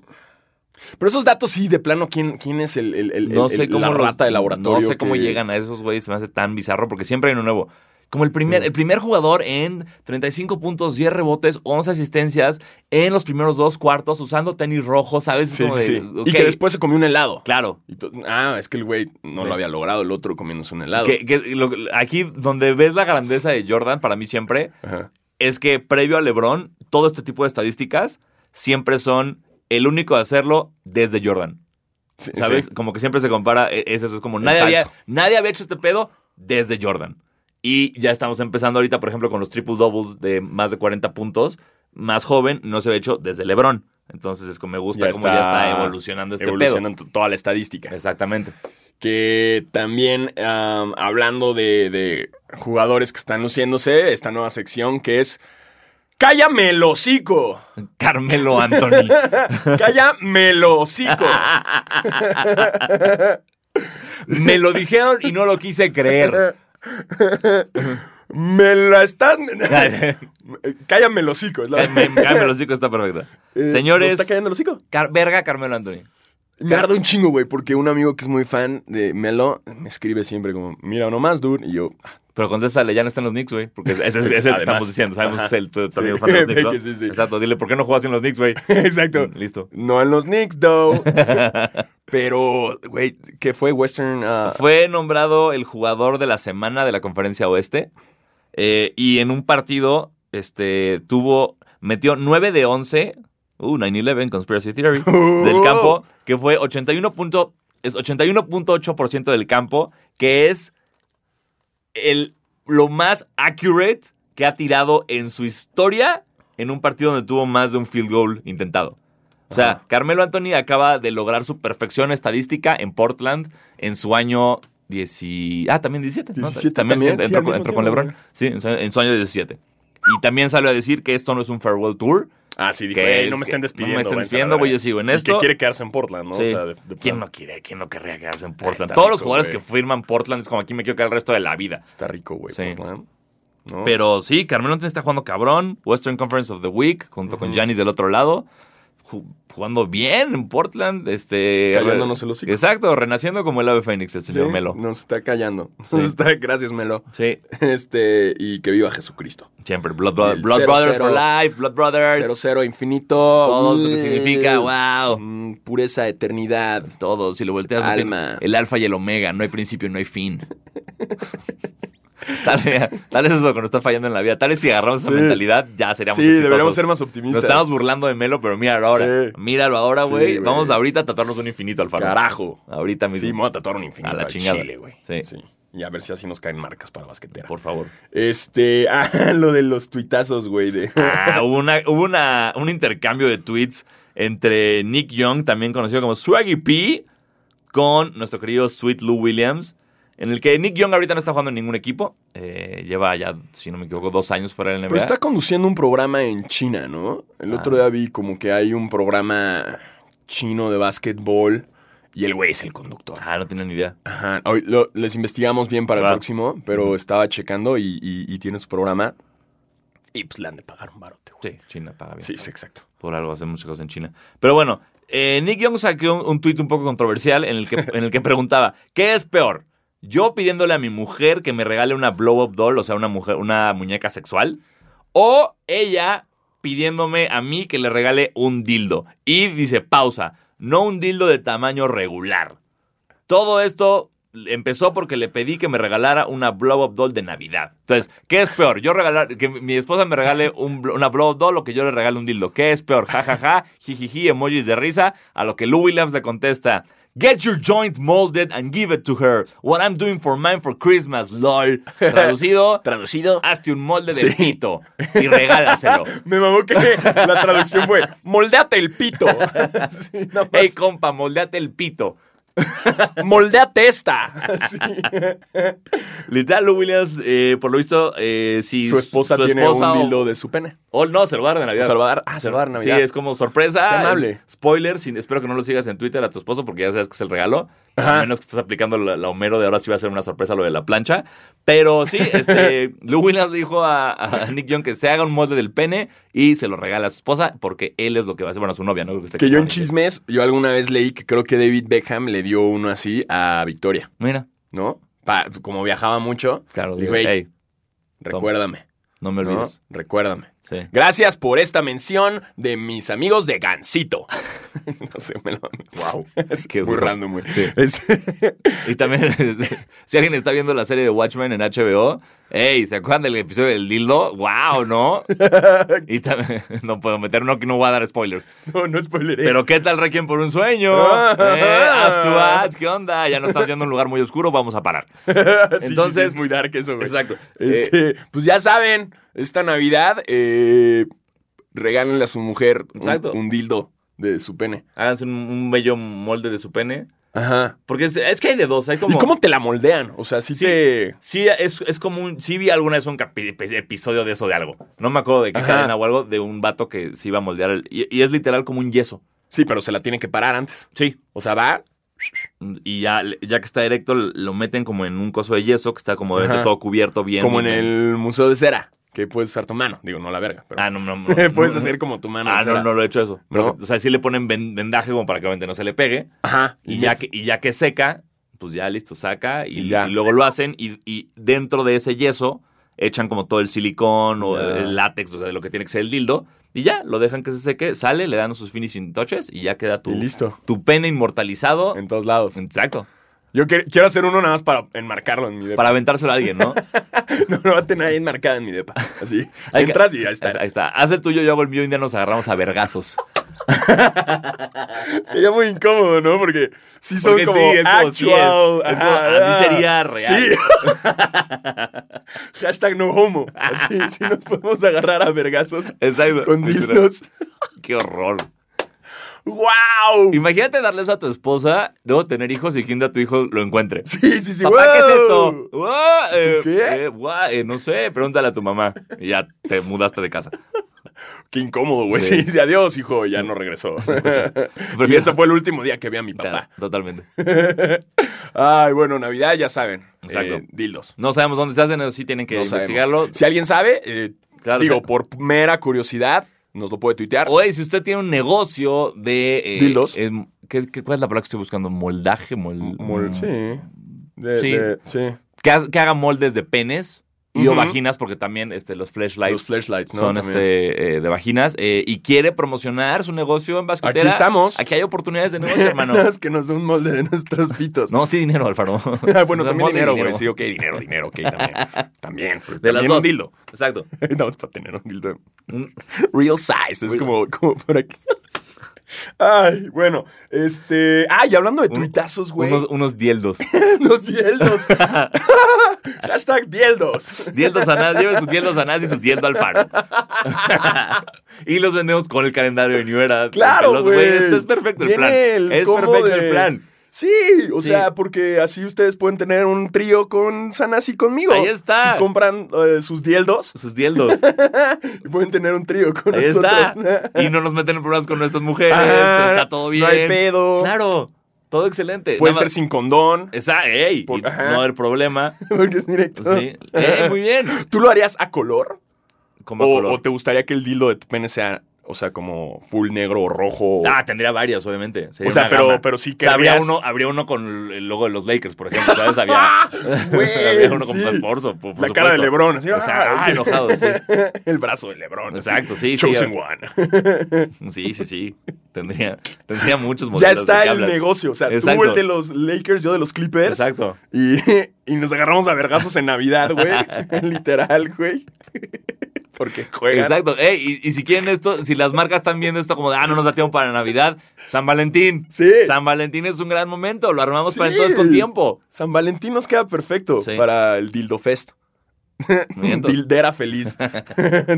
A: Pero esos datos sí, de plano, ¿quién, quién es el, el- el-
B: No
A: el-
B: sé
A: el-
B: cómo
A: la
B: los-
A: rata de laboratorio?
B: No sé cómo
A: que-
B: llegan a esos güeyes, se me hace tan bizarro porque siempre hay uno nuevo. Como el primer, el primer jugador en 35 puntos, 10 rebotes, 11 asistencias en los primeros dos cuartos usando tenis rojo, ¿sabes? Es
A: Sí,
B: como
A: sí,
B: de,
A: sí.
B: ok,
A: Y que después se comió un helado.
B: Claro.
A: Y to- Ah, es que el güey no
B: Sí.
A: lo había logrado, el otro comiéndose un helado.
B: Que- que lo- aquí donde ves la grandeza de Jordan, para mí siempre,
A: Ajá.
B: es que previo a LeBron, todo este tipo de estadísticas siempre son el único de hacerlo desde Jordan.
A: Sí,
B: ¿Sabes?
A: sí.
B: Como que siempre se compara, e- es eso, es como nadie había,
A: salto.
B: nadie había hecho este pedo desde Jordan. Y ya estamos empezando ahorita, por ejemplo, con los triple doubles de más de 40 puntos, más joven, no se había hecho desde LeBron. Entonces es como me gusta
A: Ya
B: cómo ya
A: está
B: está evolucionando este
A: Evolucionan t- toda la estadística.
B: pedo. Exactamente.
A: que también am, hablando de, de jugadores que están luciéndose, esta nueva sección que es Cállame el hocico.
B: Carmelo Anthony.
A: Cállame el hocico.
B: me lo dijeron y no lo quise creer.
A: Me la están. Cállame el hocico. Es la...
B: Me cállame el hocico, está perfecta.
A: Eh, ¿nos
B: Señores,
A: está cayendo el hocico?
B: Car- verga Carmelo Anthony.
A: Me arde un chingo, güey, porque un amigo que es muy fan de Melo me escribe siempre como, mira nomás, dude. Y yo, ah,
B: Pero contéstale, ya no están los Knicks, güey. Porque ese, ese- ese es el que
A: Además.
B: estamos diciendo. Sabemos que es el tu, tu amigo
A: Sí.
B: fan de los Knicks. ¿no?
A: Que sí, sí.
B: Exacto, dile, ¿por qué no juegas en los Knicks, güey?
A: exacto.
B: Mm, Listo.
A: No en los Knicks, though. Pero, güey, ¿qué fue Western? ah,
B: Fue nombrado el jugador de la semana de la conferencia oeste. eh, y en un partido, este, tuvo, metió 9 de 11. Uh, 9-11, Conspiracy Theory.
A: Uh.
B: del campo, que fue 81 punto, es 81.8% del campo, que es el, lo más accurate que ha tirado en su historia en un partido donde tuvo más de un field goal intentado. O sea,
A: Ajá.
B: Carmelo Anthony acaba de lograr su perfección estadística en Portland en su año 10, ah, también 17. ¿no?
A: 17
B: también,
A: también, sí,
B: entró,
A: al mismo
B: entró con
A: tiempo,
B: LeBron. Sí, en su, en su año 17. Y también salió a decir que esto no es un farewell tour,
A: Ah, sí, dije,
B: que
A: "Ey,
B: es
A: no me
B: que-
A: estén despidiendo.
B: no me
A: váyanse a
B: estén
A: la
B: despidiendo, güey,
A: verga".
B: yo sigo en
A: Y
B: esto.
A: Que quiere quedarse en Portland, ¿no?
B: Sí.
A: O sea, de- de
B: ¿Quién
A: plano.
B: no quiere? ¿Quién no querría quedarse en Portland?
A: Está
B: Todos
A: rico,
B: los jugadores
A: güey.
B: que firman Portland es como aquí me quiero quedar el resto de la vida.
A: Está rico, güey,
B: Sí.
A: Portland. ¿no?
B: Pero sí, Carmelo Anthony está jugando cabrón. Western Conference of the Week, junto con Giannis del otro lado. Ju- Jugando bien en Portland. Este,
A: Callándonos el hocico.
B: Exacto, renaciendo como el ave fénix, el señor
A: Sí,
B: Melo.
A: Nos está callando. Nos
B: Sí.
A: está- gracias, Melo.
B: Sí,
A: Este, y que viva Jesucristo.
B: siempre. Blood, Brother-
A: El
B: Blood
A: cero,
B: Brothers
A: cero.
B: for Life, Blood Brothers.
A: Cero, cero, infinito.
B: todo eso que
A: Mm.
B: significa, wow.
A: Mm, Pureza, eternidad.
B: Todo, si lo volteas, no
A: Alma.
B: tiene- el alfa y el omega, no hay principio, no hay fin. tal, vez- tal vez eso es lo que nos está fallando en la vida. Tal vez si agarramos esa
A: Sí.
B: mentalidad, ya seríamos
A: Sí, deberíamos ser
B: exitosos.
A: más
B: Nos
A: optimistas.
B: estamos burlando de Melo, pero míralo ahora.
A: Sí.
B: Míralo ahora,
A: Sí,
B: güey.
A: güey.
B: Vamos ahorita a tatuarnos un infinito al
A: Carajo.
B: Ahorita mismo.
A: Sí, me voy a tatuar un infinito.
B: A la
A: al
B: chingada.
A: Chile, güey.
B: Sí.
A: Y a ver si así nos caen marcas para basquetera.
B: Por favor.
A: Este, ah, lo de los tuitazos, güey. de-
B: Ah, hubo una, hubo una- un intercambio de tweets entre Nick Young, también conocido como Swaggy P, con nuestro querido Sweet Lou Williams, en el que Nick Young ahorita no está jugando en ningún equipo. Eh, lleva ya, si no me equivoco, dos años fuera del NBA.
A: Pero está conduciendo un programa en China, ¿no? El
B: Ah.
A: otro día vi como que hay un programa chino de básquetbol y el güey es el conductor.
B: Ah, no tiene ni idea.
A: Ajá. Hoy lo- les investigamos bien para
B: Va.
A: el próximo, pero estaba checando y, y- y tiene su programa. Y pues le han de pagar un barote, güey.
B: Sí, China paga bien.
A: Sí, sí, exacto.
B: Por algo hacen muchas cosas en China. Pero bueno, eh, Nick Young sacó un, tuit un poco controversial en el, que, en el que preguntaba, ¿qué es peor? ¿Yo pidiéndole a mi mujer que me regale una blow-up doll, o sea, una, mujer, una muñeca sexual? ¿O ella pidiéndome a mí que le regale un dildo? Y dice, pausa, no un dildo de tamaño regular. Todo esto empezó porque le pedí que me regalara una blow-up doll de Navidad. Entonces, ¿qué es peor? Yo regalar, que mi esposa me regale un blo- una blow-up doll o que yo le regale un dildo. ¿Qué es peor? Ja, ja, ja, jijiji, emojis de risa. A lo que Lou Williams le contesta, Get your joint molded and give it to her. What I'm doing for mine for Christmas, lol. Traducido,
A: Traducido.
B: hazte un molde de
A: Sí.
B: pito y regálaselo.
A: Ah, Me mamó que la traducción fue: moldeate el pito. Sí, nada más.
B: Hey, compa, moldeate el pito.
A: moldeate esta. Sí.
B: Literal, Lou Williams, eh, por lo visto, eh, si
A: Su esposa
B: su
A: tiene
B: esposa
A: un
B: o-
A: dildo de su pene.
B: Oh, no, se lo guardan Navidad.
A: O se lo va a dar- ah, se lo va a dar en Navidad.
B: Sí, es como sorpresa.
A: Qué amable.
B: es- Spoiler, sin- espero que no lo sigas en Twitter a tu esposo porque ya sabes que es el regalo. A
A: Ajá.
B: menos que estés aplicando la, la Homero de ahora sí va a ser una sorpresa lo de la plancha. Pero sí, este, Lou Williams dijo a, a Nick Young que se haga un molde del pene y se lo regala a su esposa porque él es lo que va a hacer. Bueno, a su novia, ¿no? Este Que, está
A: Que yo en
B: casada.
A: chismes, yo alguna vez leí que creo que David Beckham le dio uno así a Victoria,
B: Mira,
A: ¿no? Pa- como viajaba mucho,
B: claro.
A: Y
B: digo,
A: güey,
B: "Ey,
A: recuérdame,
B: no me
A: ¿no?
B: olvides.
A: Recuérdame.
B: Sí.
A: Gracias por esta mención de mis amigos de Gansito. no sé, me lo... Wow. Es
B: Qué
A: muy
B: duro.
A: random, güey.
B: Sí.
A: Es-
B: Y también, este, si alguien está viendo la serie de Watchmen en HBO, hey, ¿se acuerdan del episodio del dildo? ¡Wow! ¿No? Y también, no puedo meter uno que no voy a dar spoilers.
A: no, no spoileré.
B: Pero ¿qué tal Requiem por un sueño?
A: Ah.
B: ¿Eh? Haz tu haz, ¿qué onda? Ya no estamos yendo a un lugar muy oscuro, vamos a parar.
A: entonces...
B: entonces- eh,
A: es muy dark eso, güey.
B: Exacto.
A: Este, pues ya saben, esta Navidad, eh, regálenle a su mujer un-
B: Exacto.
A: un dildo de su pene.
B: Háganse un, un bello molde de su pene.
A: Ajá.
B: Porque es, es que hay de dos, hay como...
A: ¿Y cómo te la moldean? O sea, si
B: Sí.
A: te...
B: Sí, es, es como un. Sí, vi alguna vez un capi- episodio de eso de algo. No me acuerdo de qué
A: Ajá.
B: cadena o algo, de un vato que se iba a moldear. el- y- y es literal como un yeso.
A: Sí, pero se la tiene que parar antes.
B: Sí,
A: O sea, va,
B: Y ya, ya que está erecto, lo meten como en un coso de yeso que está como dentro
A: Ajá.
B: todo cubierto bien.
A: Como en
B: bien.
A: el Museo de Cera, que puedes usar tu mano. Digo, no la verga, pero
B: Ah, no, no, no.
A: puedes
B: no,
A: hacer como tu mano. de
B: Ah, no,
A: cera.
B: no lo he hecho eso. Pero,
A: No.
B: O sea, sí le ponen ven- vendaje como para que obviamente no se le pegue.
A: Ajá.
B: Y ya, que, y ya que seca, pues ya listo, saca y,
A: Y ya.
B: y luego lo hacen y, y dentro de ese yeso echan como todo el silicón o
A: Ya.
B: el látex, o sea, de lo que tiene que ser el dildo. Y ya, lo dejan que se seque, sale, le dan sus finishing touches y ya queda
A: Y
B: tu,
A: listo.
B: tu pene inmortalizado.
A: En todos lados.
B: Exacto.
A: Yo que- quiero hacer uno nada más para enmarcarlo en mi depa.
B: Para aventárselo a alguien, ¿no?
A: No, no va a tener ahí enmarcada en mi depa. Así.
B: Hay que-
A: Entras y ya está.
B: Ahí está. Haz el tuyo, yo hago el mío y un día nos agarramos a vergazos.
A: Sería muy incómodo, ¿no? Porque sí son
B: Porque
A: como
B: sí, es como,
A: actual.
B: sí, es- es como,
A: Ajá,
B: a mí
A: ah.
B: sería real.
A: Sí. Hashtag no homo. Así sí nos podemos agarrar a vergazos
B: Exacto.
A: con dildos.
B: Qué horror.
A: ¡Wow!
B: Imagínate darle eso a tu esposa, luego tener hijos y que un día tu hijo lo encuentre.
A: Sí, sí, sí.
B: Papá, ¿qué es
A: wow.
B: esto? Guau, eh,
A: qué?
B: eh, guau, eh, no sé, pregúntale a tu mamá. Y ya te mudaste de casa.
A: Qué incómodo, güey.
B: Sí.
A: Sí. sí, adiós, hijo. Ya no regresó. y
B: Prefiero-
A: ese fue el último día que vi a mi
B: Claro,
A: papá.
B: totalmente.
A: Ay, bueno, Navidad ya saben.
B: Exacto.
A: Eh, dildos.
B: No sabemos dónde se hacen, eso sí tienen que
A: No sabemos.
B: investigarlo.
A: Si alguien sabe, eh,
B: Claro,
A: digo,
B: o sea-
A: por mera curiosidad, nos lo puede tuitear.
B: Oye, si usted tiene un negocio de. eh,
A: Dildos.
B: eh, ¿qué- qué- cuál es la palabra que estoy buscando? ¿Moldaje? Mol-
A: Mol-
B: mm,
A: sí. De-
B: Sí.
A: de- sí.
B: Que, ha- que haga moldes de penes y o
A: Ujú.
B: vaginas, porque también este, los flashlights.
A: Los flashlights, ¿no?
B: son
A: También.
B: este eh, de vaginas eh, y quiere promocionar su negocio en basquetera.
A: Aquí estamos.
B: Aquí hay oportunidades de negocio, hermano.
A: Nada más que nos dé un molde de nuestros pitos.
B: No, sí, dinero, Alfaro.
A: Ah, bueno, también
B: Nos damos
A: dinero, güey. Sí, ok, dinero, dinero, ok, también. también. pero
B: De las
A: también
B: dos.
A: un dildo.
B: Exacto.
A: Nada más para tener un dildo.
B: Un-
A: Real size. Es
B: Real.
A: como, como por aquí. Ay, bueno, este. Ay, hablando de
B: Un-
A: tuitazos, güey.
B: Unos, unos dieldos.
A: Los dieldos. Hashtag dieldos.
B: Dieldos a nada. Lleven sus dieldos a nada y sus dieldos al faro. y los vendemos con el calendario de New Era.
A: Claro,
B: Los-
A: güey.
B: Este es perfecto el
A: Viene
B: plan.
A: el
B: es
A: combo
B: perfecto
A: de-
B: el plan.
A: Sí, o
B: Sí.
A: sea, porque así ustedes pueden tener un trío con Sanas y conmigo.
B: Ahí está.
A: Si compran eh, sus dieldos,
B: Sus dieldos.
A: pueden tener un trío con
B: Ahí
A: nosotros.
B: está. Y no nos meten en problemas con nuestras mujeres.
A: Ajá,
B: está todo bien.
A: No hay pedo.
B: Claro. Todo excelente.
A: Puede
B: Nada
A: ser
B: más- Eh,
A: sin condón.
B: Esa, ey, y
A: Por-
B: no
A: ajá.
B: va a haber problema.
A: Porque es directo.
B: pues Sí. Ey, muy bien.
A: ¿Tú lo harías a color?
B: Como
A: O,
B: color.
A: o te gustaría que el dildo de tu pene sea, o sea, como full negro o rojo? o-
B: Ah, tendría varias, obviamente. Sería
A: o sea,
B: una
A: pero,
B: gama.
A: pero sí
B: O sea, habría
A: querrías-
B: uno, habría uno con el logo de los Lakers, por ejemplo, ¿sabes? Había,
A: Güey,
B: había uno con
A: sí.
B: por, su- por
A: La cara de
B: supuesto.
A: Lebrón. así,
B: O sea,
A: ah,
B: ah, enojado, sí.
A: El brazo de Lebrón. así.
B: Exacto, sí, sí.
A: Chosen one.
B: Sí, sí, sí. Tendría, tendría muchos
A: Ya
B: modelos. ¿de
A: está
B: qué
A: el
B: hablas?
A: negocio. O sea,
B: Exacto.
A: tú el de los Lakers, yo de los Clippers.
B: Exacto.
A: Y, y nos agarramos a vergazos en Navidad, güey. Literal, güey. Porque juegan.
B: Exacto. Ey, y, y si quieren esto, si las marcas están viendo esto como de, ah, no nos da tiempo para Navidad, San Valentín.
A: Sí.
B: San Valentín es un gran momento, lo armamos para
A: Sí.
B: entonces con tiempo.
A: San Valentín nos queda perfecto
B: Sí.
A: para el Dildo Fest.
B: Vientos.
A: Dildera feliz.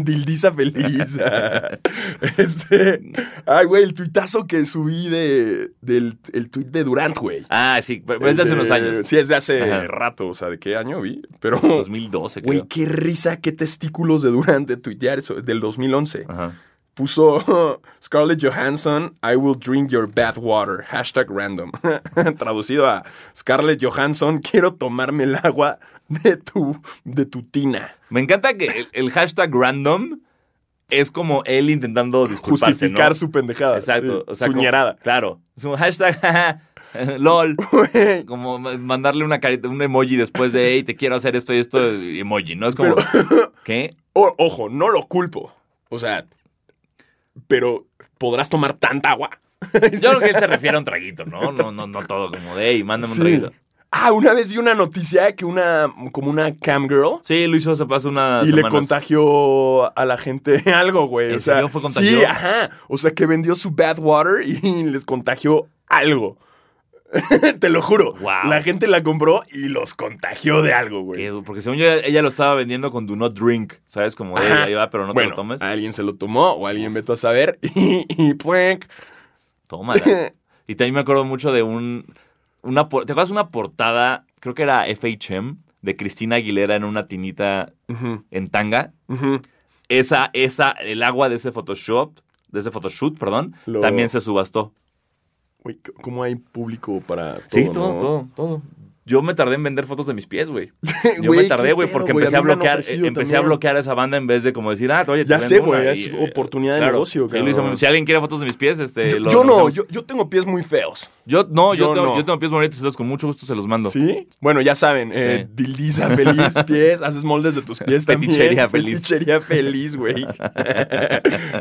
A: Dildiza feliz. este. Ay, güey, el tuitazo que subí de. Del el tuit de Durant, güey.
B: Ah, sí, pero pero es de hace
A: El
B: unos años.
A: Sí, es de hace
B: Ajá.
A: rato. O sea, ¿de qué año vi? Pero.
B: 2012, creo.
A: Güey, qué risa, qué testículos de Durant de tuitear eso. es Del 2011.
B: Ajá.
A: Puso Scarlett Johansson, I will drink your bath water. Hashtag random. Traducido a Scarlett Johansson, quiero tomarme el agua de tu, de tu tina.
B: Me encanta que el, el hashtag random es como él intentando disculparse,
A: justificar
B: ¿no?
A: su pendejada.
B: Exacto.
A: eh,
B: O sea,
A: su
B: como-
A: ñerada.
B: Claro. Su hashtag, jaja, lol.
A: Güey,
B: Como ma- mandarle una carita, un emoji después de, hey, te quiero hacer esto y esto, y emoji, ¿no? Es como, ¿qué?
A: o- ojo, no lo culpo. O sea, pero ¿podrás tomar tanta agua?
B: Yo creo que él se refiere a un traguito, ¿no? No, no, no todo como de, hey, mándame un traguito.
A: Ah, una vez vi una noticia que una, como una cam girl,
B: Sí, lo hizo hace pasó una
A: y le contagió a la gente algo, güey.
B: ¿En
A: O sea,
B: serio fue contagio?
A: sí, ajá. O sea, que vendió su bath water y les contagió algo. Te lo juro.
B: Wow.
A: La gente la compró y los contagió de algo, güey.
B: Porque según yo, ella lo estaba vendiendo con do not drink, ¿sabes? Como de,
A: Ajá.
B: ahí va, pero no
A: bueno, ah.
B: te lo tomes.
A: alguien se lo tomó o alguien vete a saber y, y ¡puenc!
B: Tómala. Y también me acuerdo mucho de un. Una, por- ¿Te acuerdas una portada? Creo que era FHM de Cristina Aguilera en una tinita
A: Ujú,
B: en tanga.
A: ujú.
B: Esa, esa, el agua de ese Photoshop, de ese photoshoot, perdón,
A: Lo-
B: también se subastó.
A: Güey, c- ¿cómo hay público para todo?
B: Sí, todo,
A: no?
B: todo, todo. Yo me tardé en vender fotos de mis pies, güey. Yo
A: Güey,
B: me tardé,
A: qué
B: güey,
A: pedo,
B: porque
A: güey,
B: empecé a
A: mí me han
B: bloquear,
A: ofrecido
B: eh, empecé a
A: también.
B: bloquear a esa banda en vez de como decir, ah, oye, te
A: Ya
B: vendo
A: sé, güey,
B: una",
A: es
B: y, eh,
A: oportunidad de
B: claro.
A: negocio,
B: Sí, lo hizo.
A: cabrón.
B: Si alguien quiere fotos de mis pies, este,
A: Yo,
B: lo-
A: yo
B: lo
A: no,
B: hacemos.
A: yo, yo tengo pies muy feos.
B: Yo no, yo,
A: Yo
B: tengo,
A: no.
B: yo tengo pies bonitos, entonces con mucho gusto se los mando.
A: ¿Sí? Bueno, ya saben, eh,
B: Sí.
A: diliza feliz, pies, haces moldes de tus pies también.
B: Fetichería feliz.
A: Fetichería feliz, güey.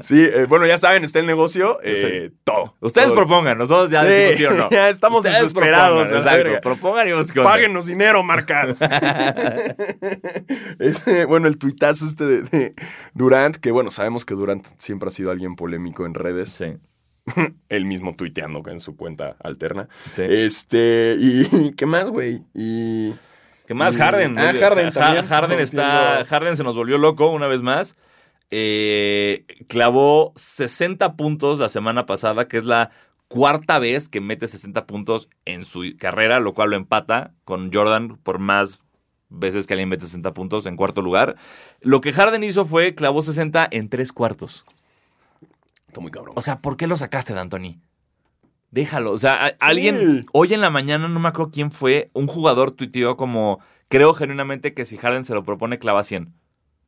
A: sí, eh, bueno, ya saben, está el negocio, eh, todo.
B: Ustedes
A: Todo.
B: propongan, nosotros ya
A: Sí,
B: decimos sí o no.
A: ya estamos
B: Ustedes
A: desesperados,
B: propongan,
A: a la verga.
B: exacto. Propongan y vamos con.
A: Páguenos dinero, marcas. Este, bueno, el tuitazo este de, de Durant, que bueno, sabemos que Durant siempre ha sido alguien polémico en redes.
B: Sí,
A: Él mismo tuiteando en su cuenta alterna.
B: sí.
A: Este, y ¿qué más, güey? Y
B: ¿Qué más?
A: y-
B: Harden.
A: Ah,
B: güey.
A: Harden
B: O sea,
A: también.
B: Har- Harden,
A: No
B: está,
A: entiendo.
B: Harden se nos volvió loco una vez más. Eh, clavó 60 puntos la semana pasada, que es la cuarta vez que mete 60 puntos en su carrera, lo cual lo empata con Jordan por más veces que alguien mete 60 puntos en cuarto lugar. Lo que Harden hizo fue clavó 60 en tres cuartos.
A: está muy cabrón.
B: O sea, ¿por qué lo sacaste de Anthony? Déjalo. O sea, a- alguien. Hoy en la mañana, no me acuerdo quién fue, un jugador tuiteó como: Creo genuinamente que si Harden se lo propone, clava 100.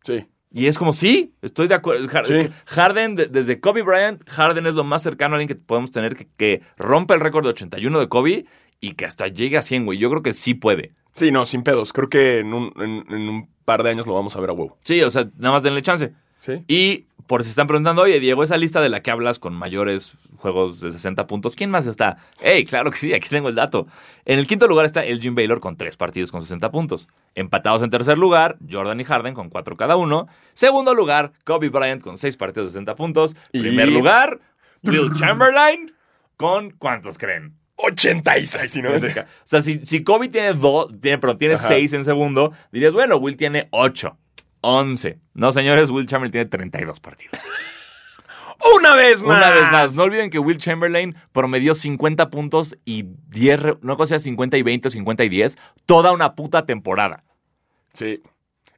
A: Sí.
B: Y es como, sí, estoy de acuerdo. Har-
A: Sí.
B: Harden, de- desde Kobe Bryant, Harden es lo más cercano a alguien que podemos tener que, que rompe el récord de 81 de Kobe y que hasta llegue a 100, güey. Yo creo que sí puede.
A: Sí, no, sin pedos. Creo que en un, en- en un par de años lo vamos a ver a huevo.
B: Sí, o sea, nada más denle chance.
A: Sí.
B: Y por si se están preguntando, oye, Diego, esa lista de la que hablas con mayores juegos de 60 puntos, ¿quién más está? Hey, claro que sí, aquí tengo el dato. En el quinto lugar está el Jim Baylor con tres partidos con 60 puntos. Empatados en tercer lugar, Jordan y Harden con cuatro cada uno. Segundo lugar, Kobe Bryant con seis partidos de 60 puntos.
A: Y-
B: Primer lugar, Will Chamberlain con ¿cuántos creen?
A: 86, si no
B: O sea, si, si Kobe tiene dos, tiene, pero tiene
A: Ajá.
B: seis en segundo, dirías, bueno, Will tiene ocho, once. No, señores, Will Chamberlain tiene 32 partidos.
A: Una vez más.
B: Una vez más, no olviden que Will Chamberlain promedió 50 puntos y 10, re- no cosa 50 y 20 o 50 y 10, toda una puta temporada.
A: Sí.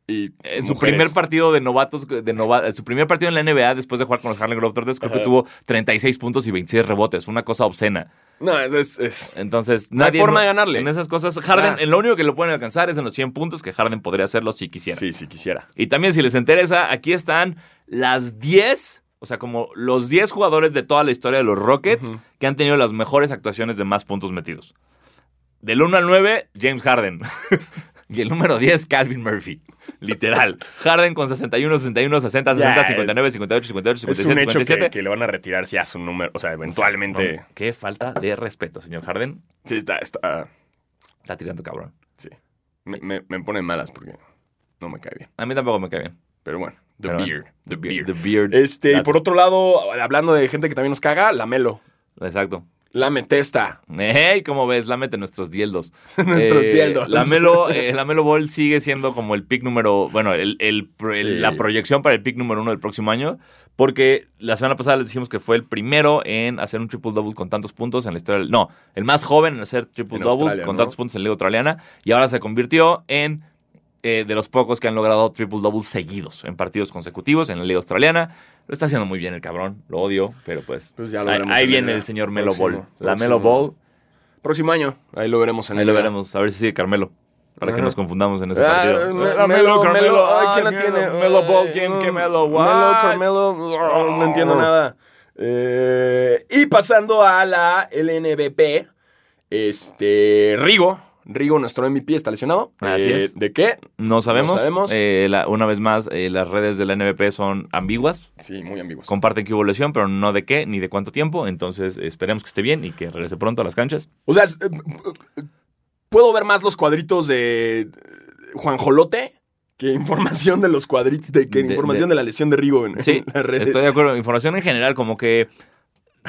A: Y
B: En su
A: mujeres.
B: primer partido de novatos, de nova- en su primer partido en la NBA después de jugar con los Harlem Globetrotters, creo que
A: Ajá.
B: tuvo 36 puntos y 26 rebotes, una cosa obscena.
A: No, es. es- es-
B: Entonces,
A: No hay
B: nadie
A: forma de ganarle.
B: En esas cosas, Harden,
A: Ah.
B: en lo único que lo pueden alcanzar es en los 100 puntos, que Harden podría hacerlo si quisiera.
A: Sí, si quisiera.
B: Y también, si les interesa, aquí están las 10, o sea, como los 10 jugadores de toda la historia de los Rockets
A: Ujú.
B: que han tenido las mejores actuaciones de más puntos metidos. Del 1 al 9, James Harden. y el número 10, Calvin Murphy. Literal. Harden con 61, 61, 60, 60,
A: Ya, es-
B: 59, 58, 58,
A: Es
B: 57,
A: un hecho que,
B: 57.
A: que le van a retirar si hace un número. O sea, eventualmente.
B: No, qué falta de respeto, señor Harden.
A: Sí, está. está
B: Está tirando cabrón.
A: sí. Me, me, me pone malas porque no me cae bien.
B: A mí tampoco me cae bien.
A: Pero bueno. The
B: Pero bueno,
A: beard. The beard.
B: The beard.
A: Este, y
B: Date.
A: por otro lado, hablando de gente que también nos caga, Lamelo.
B: Exacto.
A: Lame testa.
B: Hey, ¿cómo ves? Lámete nuestros dieldos. Eh,
A: Nuestros dieldos.
B: La Melo, eh, la Melo Ball sigue siendo como el pick número, bueno, el, el pro- el-
A: Sí.
B: la proyección para el pick número uno del próximo año, porque la semana pasada les dijimos que fue el primero en hacer un triple-double con tantos puntos en la historia. del- No, el más joven en hacer triple-double
A: Australia,
B: con
A: ¿no?
B: tantos puntos en la Liga Australiana y ahora se convirtió en eh, de los pocos que han logrado triple-double seguidos en partidos consecutivos en la Liga Australiana. Lo está haciendo muy bien el cabrón, lo odio, pero pues,
A: Pues ya lo
B: ahí,
A: veremos
B: ahí
A: en la
B: viene
A: NBA.
B: el señor Melo
A: Próximo,
B: Ball. La
A: próximo.
B: Melo Ball
A: Próximo año. Ahí lo veremos en
B: Ahí
A: el
B: lo veremos, a ver si sigue Carmelo. Para que
A: Ajá.
B: nos confundamos en ese
A: Ah,
B: partido.
A: me-
B: Ah,
A: Melo, Carmelo, ay, ¿quién la
B: Melo,
A: tiene?
B: Melo Ball
A: Ay,
B: Game,
A: no.
B: que Melo,
A: Melo,
B: what?
A: Carmelo, oh, no entiendo nada. Eh, y pasando a la LNBP, este, Rigo, Rigo, nuestro MVP, está lesionado.
B: Así
A: Eh,
B: es.
A: ¿De qué?
B: No sabemos.
A: No sabemos.
B: Eh, la- una vez más, eh, las redes de la NBP son ambiguas.
A: Sí, muy ambiguos.
B: Comparten que hubo lesión, pero no de qué ni de cuánto tiempo. Entonces, esperemos que esté bien y que regrese pronto a las canchas.
A: O sea, es- eh, eh, puedo ver más los cuadritos de eh, Juan Jolote que información de los cuadritos, de, que
B: De-
A: información de, la lesión de Rigo en,
B: Sí,
A: en las redes.
B: estoy de acuerdo. Información en general, como que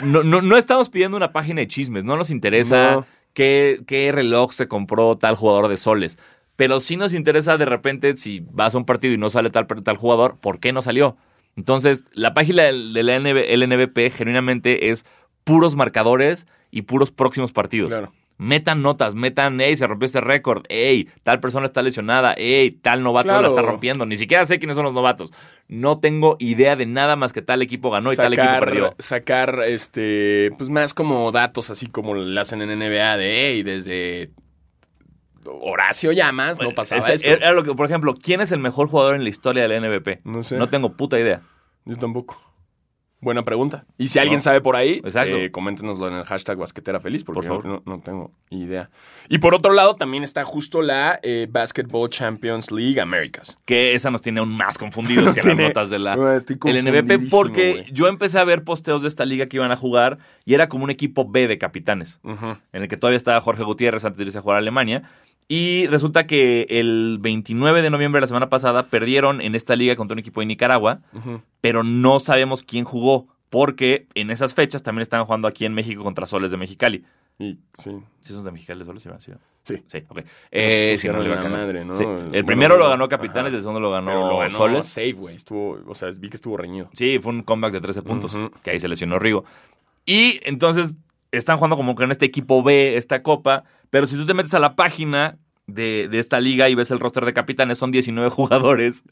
B: no, no, no estamos pidiendo una página de chismes. No nos interesa
A: No.
B: qué, qué reloj se compró tal jugador de soles. Pero sí nos interesa de repente si vas a un partido y no sale tal, tal jugador, ¿por qué no salió? Entonces, la página del- de la LNB, LNBP genuinamente es puros marcadores y puros próximos partidos.
A: Claro.
B: Metan notas, metan, ey, se rompió este récord, ey, tal persona está lesionada, ey, tal novato la está
A: Claro.
B: rompiendo. Ni siquiera sé quiénes son los novatos. No tengo idea de nada más que tal equipo ganó Ah, y tal equipo perdió.
A: sacar este pues más como datos así como le hacen en NBA de hey, desde Horacio Llamas no pasaba
B: Eh, Ese-
A: esto.
B: era lo que, por ejemplo, ¿quién es el mejor jugador en la historia del NBP?
A: No sé.
B: tengo puta idea.
A: Yo tampoco. Buena pregunta. Y si alguien sabe por ahí,
B: Exacto.
A: eh, coméntenoslo en el hashtag basquetera feliz, porque
B: Por favor.
A: No, no tengo idea. Y por otro lado, también está justo la eh, Basketball Champions League Americas.
B: Que esa nos tiene aún más confundidos que las
A: Tiene-
B: notas de la,
A: Ah, estoy
B: el NBP
A: confundidísimo,
B: porque
A: güey.
B: yo empecé a ver posteos de esta liga que iban a jugar y era como un equipo B de capitanes,
A: Ujú.
B: en el que todavía estaba Jorge Gutiérrez antes de irse a jugar a Alemania. Y resulta que el 29 de noviembre de la semana pasada perdieron en esta liga contra un equipo de Nicaragua,
A: Ujú.
B: pero no sabemos quién jugó, porque en esas fechas también estaban jugando aquí en México contra Soles de Mexicali.
A: Y sí.
B: ¿Sí son de Mexicali Soles? Sí, ¿verdad? Sí,
A: Sí.
B: Sí, ok. Eh,
A: Nos
B: sí, no le
A: pusieron
B: iba a
A: la
B: ganar.
A: madre, ¿no?
B: Sí.
A: El-
B: El
A: bueno,
B: primero lo
A: bueno,
B: ganó Capitanes,
A: ajá.
B: el segundo lo
A: Pero
B: ganó,
A: lo ganó
B: Soles.
A: safe, güey. Estuvo, o sea, vi que estuvo reñido.
B: Sí, fue un comeback de 13 puntos,
A: Ujú.
B: que ahí se lesionó Rigo. Y entonces están jugando como que en este equipo B, esta copa, pero si tú te metes a la página de, de esta liga y ves el roster de capitanes, son 19 jugadores,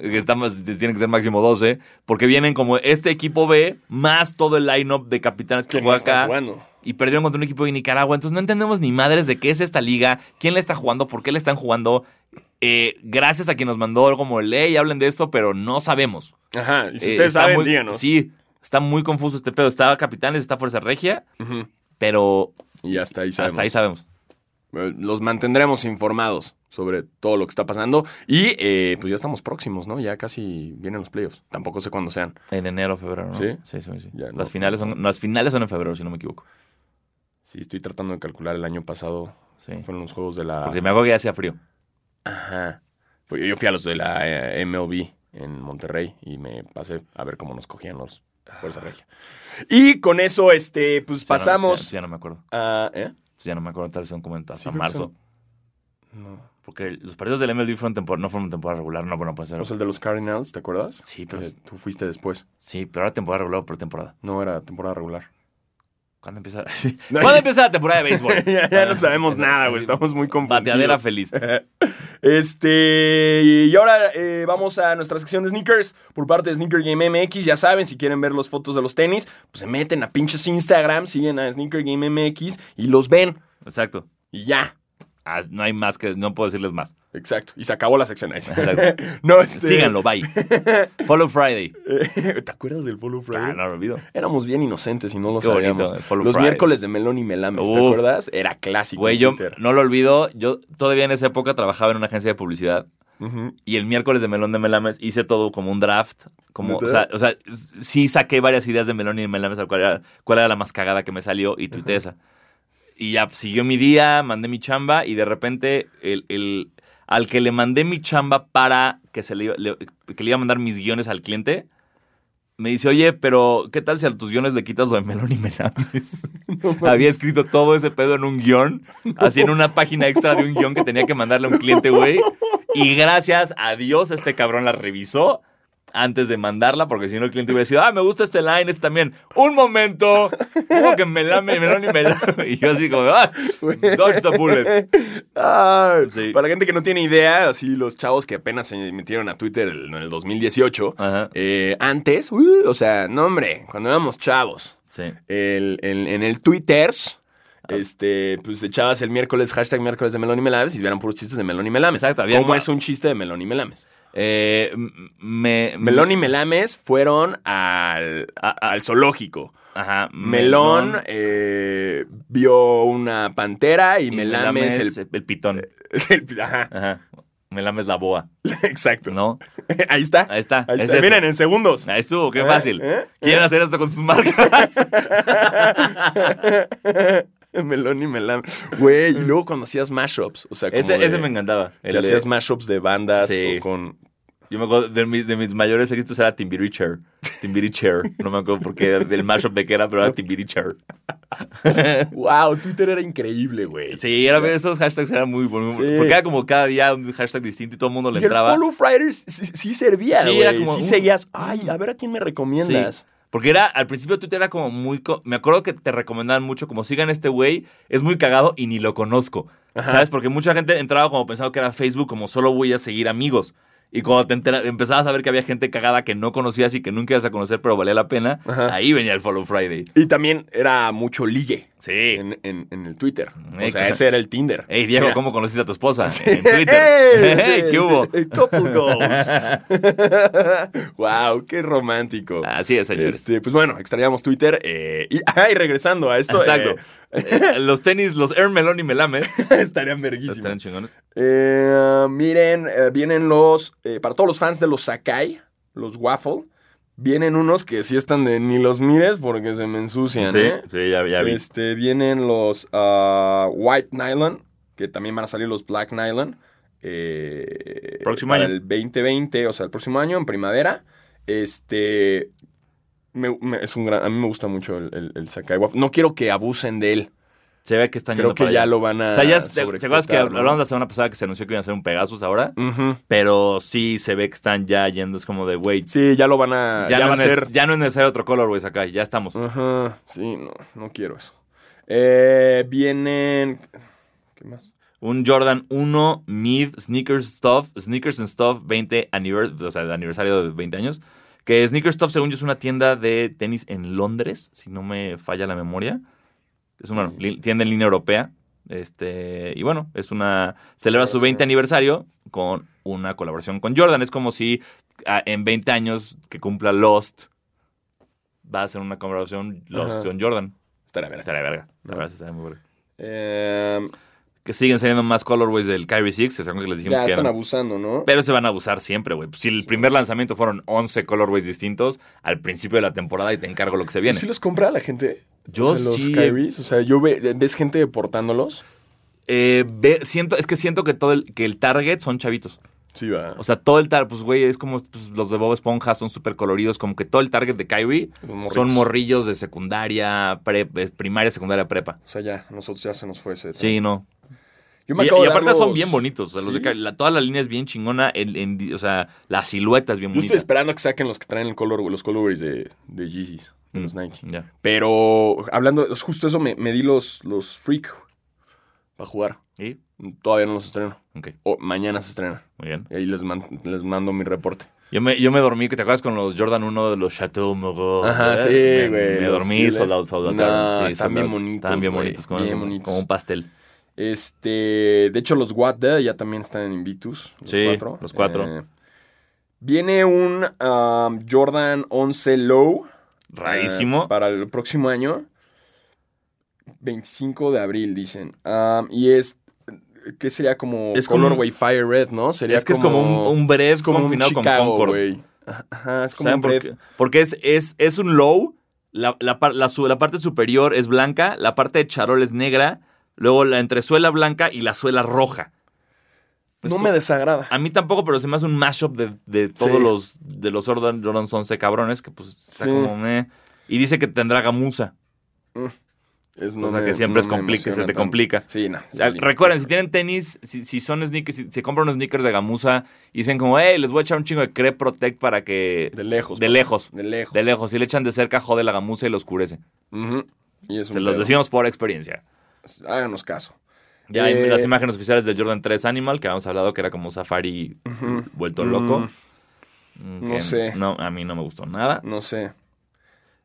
B: que están más- tienen que ser máximo 12, porque vienen como este equipo B más todo el lineup de capitanes que
A: ¿Quién
B: jugó
A: más está
B: acá
A: jugando?
B: y perdieron contra un equipo de Nicaragua. Entonces no entendemos ni madres de qué es esta liga, quién la está jugando, por qué la están jugando. Eh, gracias a quien nos mandó como el ley, hablen de esto, pero no sabemos.
A: Ajá. Y si
B: Eh,
A: ustedes
B: está
A: saben,
B: muy-
A: díganos.
B: Sí, está muy confuso este pedo. Está Capitanes, está Fuerza Regia,
A: Ujú.
B: pero
A: Y hasta ahí sabemos.
B: hasta ahí sabemos.
A: Eh, Los mantendremos informados sobre todo lo que está pasando. Y eh, pues ya estamos próximos, ¿no? Ya casi vienen los playoffs. Tampoco sé cuándo sean.
B: En enero, febrero, ¿no?
A: ¿Sí?
B: sí, sí. sí.
A: Ya, no,
B: las, finales son, las finales son en febrero, si no me equivoco.
A: Sí, estoy tratando de calcular el año pasado.
B: Sí.
A: Fueron los juegos de la.
B: Porque me hago que ya hacía frío.
A: Ajá. Porque yo fui a los de la eh, MLB en Monterrey y me pasé a ver cómo nos cogían los Fuerza Regia. Y con eso, este, pues
B: Sí, ya no-
A: pasamos
B: sí, ya, sí, ya no me acuerdo.
A: a. ¿eh?
B: Sí, ya no me acuerdo, tal vez son como hasta
A: Sí, creo que
B: marzo.
A: son- No.
B: Porque los partidos del MLB fueron tempor- no fueron temporada regular, no, bueno, puede ser.
A: O sea, Pues el de los Cardinals, ¿te acuerdas?
B: Sí, pues. pero
A: Que
B: es-
A: tú fuiste después.
B: Sí, pero ahora temporada regular por temporada.
A: No, era temporada regular.
B: ¿Cuándo empieza? Sí.
A: No,
B: ¿Cuándo
A: ya-
B: empieza la temporada de béisbol?
A: ya, ya no sabemos nada, güey.
B: Sí,
A: Estamos muy confundidos.
B: Bateadera feliz.
A: Este, y ahora eh, vamos a nuestra sección de sneakers por parte de Sneaker Game MX. Ya saben, si quieren ver las fotos de los tenis, pues se meten a pinches Instagram, siguen a Sneaker Game MX y los ven.
B: Exacto.
A: Y ya.
B: Ah, no hay más que, no puedo decirles más.
A: Exacto. Y se acabó la sección. Ahí sí.
B: Exacto.
A: no, este, eh,
B: Síganlo, bye. Follow Friday.
A: ¿Te acuerdas del Follow Friday?
B: Ah, no lo olvido.
A: Éramos bien inocentes y no lo
B: Qué bonito,
A: sabíamos.
B: el Follow
A: los
B: Friday.
A: miércoles de Melón y Melames, ¿te
B: Uf.
A: acuerdas? Era clásico.
B: Güey,
A: en
B: yo
A: Twitter.
B: no lo olvido. Yo todavía en esa época trabajaba en una agencia de publicidad
A: Ujú.
B: y el miércoles de Melón de Melames hice todo como un draft. Como, o, sea,
A: ¿Neta?
B: o sea, s- sí saqué varias ideas de Melón y de Melames, al cual era, cuál era la más cagada que me salió y tuiteé esa. Y ya pues, siguió mi día, mandé mi chamba y de repente el, el- al que le mandé mi chamba para que, se le, iba- le- que le iba a mandar mis guiones al cliente, me dice, oye, pero ¿qué tal si a tus guiones le quitas lo de Melón y Melames? Había escrito todo ese pedo en un guión, así en una página extra de un guión que tenía que mandarle a un cliente, güey. Y gracias a Dios este cabrón la revisó antes de mandarla, porque si no el cliente hubiera sido, ah, me gusta este line, este también. Un momento, como que me lame, me lame, me lame. Y yo así como, ah, dodge the bullet.
A: Ay,
B: Sí.
A: Para gente que no tiene idea, así los chavos que apenas se metieron a Twitter el- en el 2018,
B: Ajá,
A: eh, antes, uh, o sea, no hombre, cuando éramos chavos,
B: sí.
A: el- el- en el Twitter, este, pues echabas el miércoles, hashtag miércoles de Melón y Melames y eran puros chistes de Melón y Melames.
B: Exacto, había-
A: ¿Cómo es un chiste de Melón y Melames?
B: Eh, m- me,
A: Melón y Melames fueron al, a- al zoológico.
B: Ajá,
A: Melón eh, vio una pantera y,
B: y
A: Melames, eh.
B: el, el pitón.
A: el- el- ajá,
B: Ajá. Melames la boa,
A: exacto.
B: eh, ¿no?
A: Ahí está.
B: Ahí está.
A: Ahí
B: es
A: está.
B: eso.
A: Miren, en segundos.
B: Ahí estuvo, qué
A: ¿Eh?
B: fácil.
A: ¿Eh?
B: Quieren hacer esto con sus marcas.
A: Melón y melam. Güey, y luego cuando hacías mashups. O sea, como
B: ese,
A: de-
B: ese me encantaba.
A: que
B: El de-
A: hacías mashups de bandas
B: Sí.
A: o con.
B: yo me acuerdo de mis, de mis mayores éxitos era Timbiricher. Timbiricher. No me acuerdo por qué, del mashup de qué era, pero era Timbiricher.
A: Wow, Twitter era increíble, güey.
B: Sí, era, esos hashtags eran muy buenos.
A: Sí.
B: Porque era como cada día un hashtag distinto y todo el mundo
A: Y
B: le
A: el
B: entraba.
A: Follow Fridays sí, sí servía,
B: Sí,
A: güey.
B: era como,
A: sí
B: uh.
A: seguías. Ay, a ver a quién me recomiendas.
B: Porque era, al principio Twitter era como muy... co- Me acuerdo que te recomendaban mucho, como sigan este güey, es muy cagado y ni lo conozco. ¿Sabes? Porque mucha gente entraba como pensando que era Facebook, como solo voy a seguir amigos. Y cuando te entera- empezabas a ver que había gente cagada que no conocías y que nunca ibas a conocer, pero valía la pena,
A: Ajá.
B: ahí venía el Follow Friday.
A: Y también era mucho ligue
B: Sí. Mm,
A: en, en- en el Twitter.
B: Ey,
A: O sea,
B: ca-
A: ese era el Tinder.
B: Hey, Diego,
A: Mira.
B: ¿cómo conociste a tu esposa? En Twitter. Ey, ¿Qué hubo?
A: Couple goals. wow, qué romántico.
B: Así es, señores.
A: Este, pues bueno, extrañamos Twitter. eh, y, ah, y regresando a esto,
B: Exacto. Eh, los tenis, los Air Melón y Melames,
A: eh, estarían verguísimos.
B: están chingones.
A: Eh, miren, eh, vienen los. eh, para todos los fans de los Sakai, los Waffle, vienen unos que sí están de ni los mires porque se me ensucian.
B: Sí,
A: ¿eh?
B: sí, ya, ya vi.
A: Este, vienen los ah, White Nylon, que también van a salir los Black Nylon. eh,
B: Próximo
A: para
B: año.
A: el 2020, o sea, el próximo año, en primavera. Este. me- me- es un gran, a mí me gusta mucho el, el, el Sakai Waffle. No quiero que abusen de él.
B: Se ve que están
A: Creo
B: yendo para
A: que ya
B: allá.
A: lo van a.
B: O sea, ya es- te, te acuerdas que
A: sobreexplotar, ¿no?
B: hablamos la semana pasada que se anunció que iban a hacer un Pegasus ahora?
A: Ujú.
B: Pero sí se ve que están ya yendo, es como de, güey,
A: Sí, ya lo van a. Ya,
B: ya,
A: va
B: no
A: a ser.
B: es- ya no es necesario otro color, güey, acá, ya estamos.
A: Ajá. Sí, no, no quiero eso. Eh, vienen. ¿Qué más?
B: Un Jordan 1 Mid Sneakers Stuff, Sneakers and Stuff 20 anivers- o sea, de aniversario de 20 años. Que Sneakers Stuff, según yo, es una tienda de tenis en Londres, si no me falla la memoria. Es una
A: Mm.
B: li- tienda en línea europea. Este, y bueno, es una. Celebra su
A: Colaboración.
B: 20 aniversario con una colaboración con Jordan. Es como si ah, en 20 años que cumpla Lost va a ser una colaboración Lost
A: Ajá.
B: con Jordan.
A: Estará bien.
B: Estaría verga. La
A: No.
B: verdad, sí estaría muy verga.
A: Eh,
B: Que siguen saliendo más colorways del Kyrie 6, que según que les dijimos
A: ya
B: que
A: están
B: eran.
A: abusando, ¿no?
B: Pero se van a abusar siempre, güey. Pues Si el primer lanzamiento fueron 11 colorways distintos al principio de la temporada y te encargo lo que se viene.
A: ¿Sí los compra la gente?
B: Yo
A: O sea, los
B: sí.
A: Kyries, o sea, yo ve, ves gente deportándolos.
B: Eh, ve- siento, es que siento que todo el, que el target son chavitos.
A: Sí, va.
B: O sea, todo el target, pues, güey, es como pues, los de Bob Esponja son súper coloridos. Como que todo el target de Kyrie
A: Morritos.
B: son morrillos de secundaria, pre- eh, primaria, secundaria, prepa.
A: O sea, ya, nosotros ya se nos fue ese.
B: Sí, no.
A: Yo
B: Y,
A: acabo
B: y
A: de
B: aparte
A: dar
B: son
A: los-
B: bien bonitos. o sea, los de
A: Sí.
B: Kyrie- la- toda la línea es bien chingona. el- en- o sea, la silueta es bien
A: Yo
B: bonita.
A: estoy esperando que saquen los que traen el color, los colorways de, de Yeezys, de los
B: Mm,
A: Nike.
B: Ya.
A: Pero hablando, es justo eso me, me di los, los Freak para jugar.
B: ¿Y?
A: Todavía no los estreno.
B: Ok,
A: O mañana se estrena.
B: muy bien.
A: Y ahí les, man- les mando mi reporte.
B: Yo me, yo me dormí, que te acuerdas con los Jordan 1 de los Chateau Moreau.
A: Ajá,
B: ¿eh?
A: sí,
B: Me-
A: güey,
B: Me,
A: los
B: dormí,
A: fieles.
B: soldado, soldado.
A: No, están bien bonitos,
B: Están bien
A: güey,
B: bonitos, como,
A: bien bonitos.
B: como un pastel.
A: Este, de hecho, los What The ya también están en Invictus. Los
B: Sí,
A: cuatro.
B: los cuatro.
A: Eh, viene un um, Jordan 11 Low.
B: Rarísimo.
A: eh, para el próximo año. 25 de abril, dicen. Um, y es. ¿Qué sería como
B: Es como-
A: Colorway Fire Red, no? Sería
B: es que es como un, un brev
A: es como un
B: combinado con
A: Chicago,
B: Concord.
A: güey. Ajá, es como
B: ¿Saben
A: un
B: por
A: brev.
B: qué? Porque es, es, es un low, la, la, par- la su- la parte superior es blanca, la parte de charol es negra, luego la entresuela blanca y la suela roja. Es
A: No
B: co-
A: me desagrada.
B: A mí tampoco, pero se me hace un mashup de, de todos
A: Sí.
B: los de los Jordan, Jordan 11 cabrones que pues está
A: Sí.
B: como meh. y dice que tendrá gamuza,
A: Es-
B: o
A: no
B: sea
A: me-
B: que siempre
A: no
B: es
A: me
B: complica, se
A: emociona
B: te
A: tanto.
B: complica.
A: Sí, no.
B: O sea, recuerden, si tienen tenis, si, si son sneakers, si se compran unos sneakers de gamuza y dicen como, hey, les voy a echar un chingo de Crep Protect para que
A: De lejos.
B: de
A: papá.
B: lejos,
A: De lejos.
B: de lejos, si le echan de cerca jode la gamuza y lo oscurece.
A: Ujú. Y es un
B: Se los
A: pedo.
B: decimos por experiencia.
A: Háganos caso.
B: Ya hay
A: Eh,
B: las imágenes oficiales del Jordan 3 Animal que habíamos hablado que era como un safari
A: Ujú.
B: vuelto
A: mm,
B: loco.
A: no
B: que
A: sé.
B: No, a mí no me gustó nada.
A: No sé.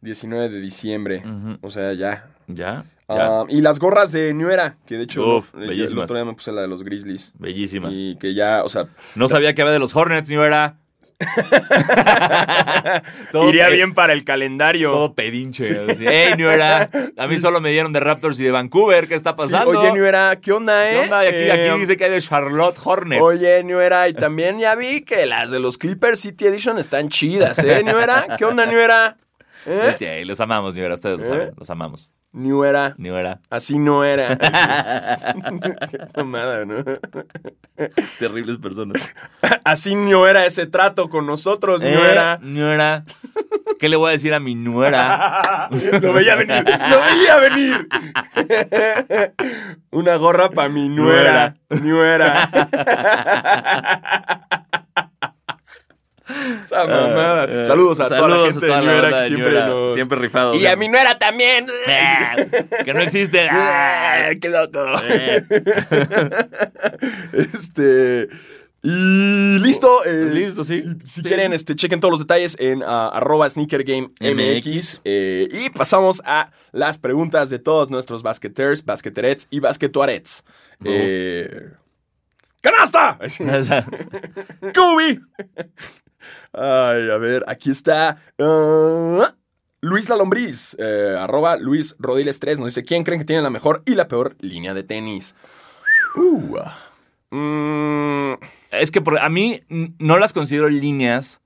A: 19 de diciembre.
B: Ujú.
A: O sea, ya.
B: Ya, ya.
A: Ah, y las gorras de New Era, que de hecho
B: Uf,
A: no- yo el
B: bellísimas.
A: otro día me puse la de los Grizzlies.
B: Bellísimas.
A: Y que ya, o sea,
B: No sabía que había de los Hornets, ni era. Todo pe-
A: para el calendario.
B: Todo pedinche. así, Ey, ni era. A mí solo me dieron de Raptors y de Vancouver. ¿Qué está
A: Sí,
B: pasando?
A: oye, New Era, ¿qué onda, eh?
B: ¿Qué onda? Y aquí,
A: Eh,
B: aquí dice que hay de Charlotte Hornets.
A: Oye, New Era, y también ya vi que las de los Clippers City Edition están chidas, ¿eh, New Era? ¿Qué onda, New Era?
B: Sí,
A: ¿Eh?
B: sí, ahí los amamos, ni era. Ustedes lo
A: ¿Eh?
B: saben. Los amamos.
A: New Era,
B: Ni era.
A: así no era. Qué mamada, ¿no?
B: Terribles personas.
A: Así no era ese trato con nosotros, New Era.
B: Eh, Ni era. ¿Qué le voy a decir a mi nuera?
A: Lo veía venir, lo veía venir. Una gorra para mi nuera, nuera. esa mamada.
B: Eh, eh,
A: saludos a toda la
B: saludos
A: gente
B: a toda
A: de
B: la
A: New Era
B: banda
A: que
B: de New
A: siempre
B: Era.
A: nos...
B: Siempre rifados.
A: Y a mi nuera también.
B: Ah, que no existe. Ah,
A: Ah, ¡Qué loco!
B: eh.
A: Este. Y listo. eh,
B: Listo, sí.
A: y Si
B: Sí.
A: quieren, este, chequen todos los detalles en ah, arroba sneakergamemx. eh, y pasamos a las preguntas de todos nuestros basqueters, basqueterets y basquetuarets. Eh, ¡Canasta!
B: O sea,
A: ¡Cubi! Ay, a ver, aquí está. ah, Luis La Lombriz, eh, arroba Luis Rodiles 3, nos dice, ¿quién creen que tiene la mejor y la peor línea de tenis? Uh, ah. Mm,
B: es que por- a mí n- no las considero líneas.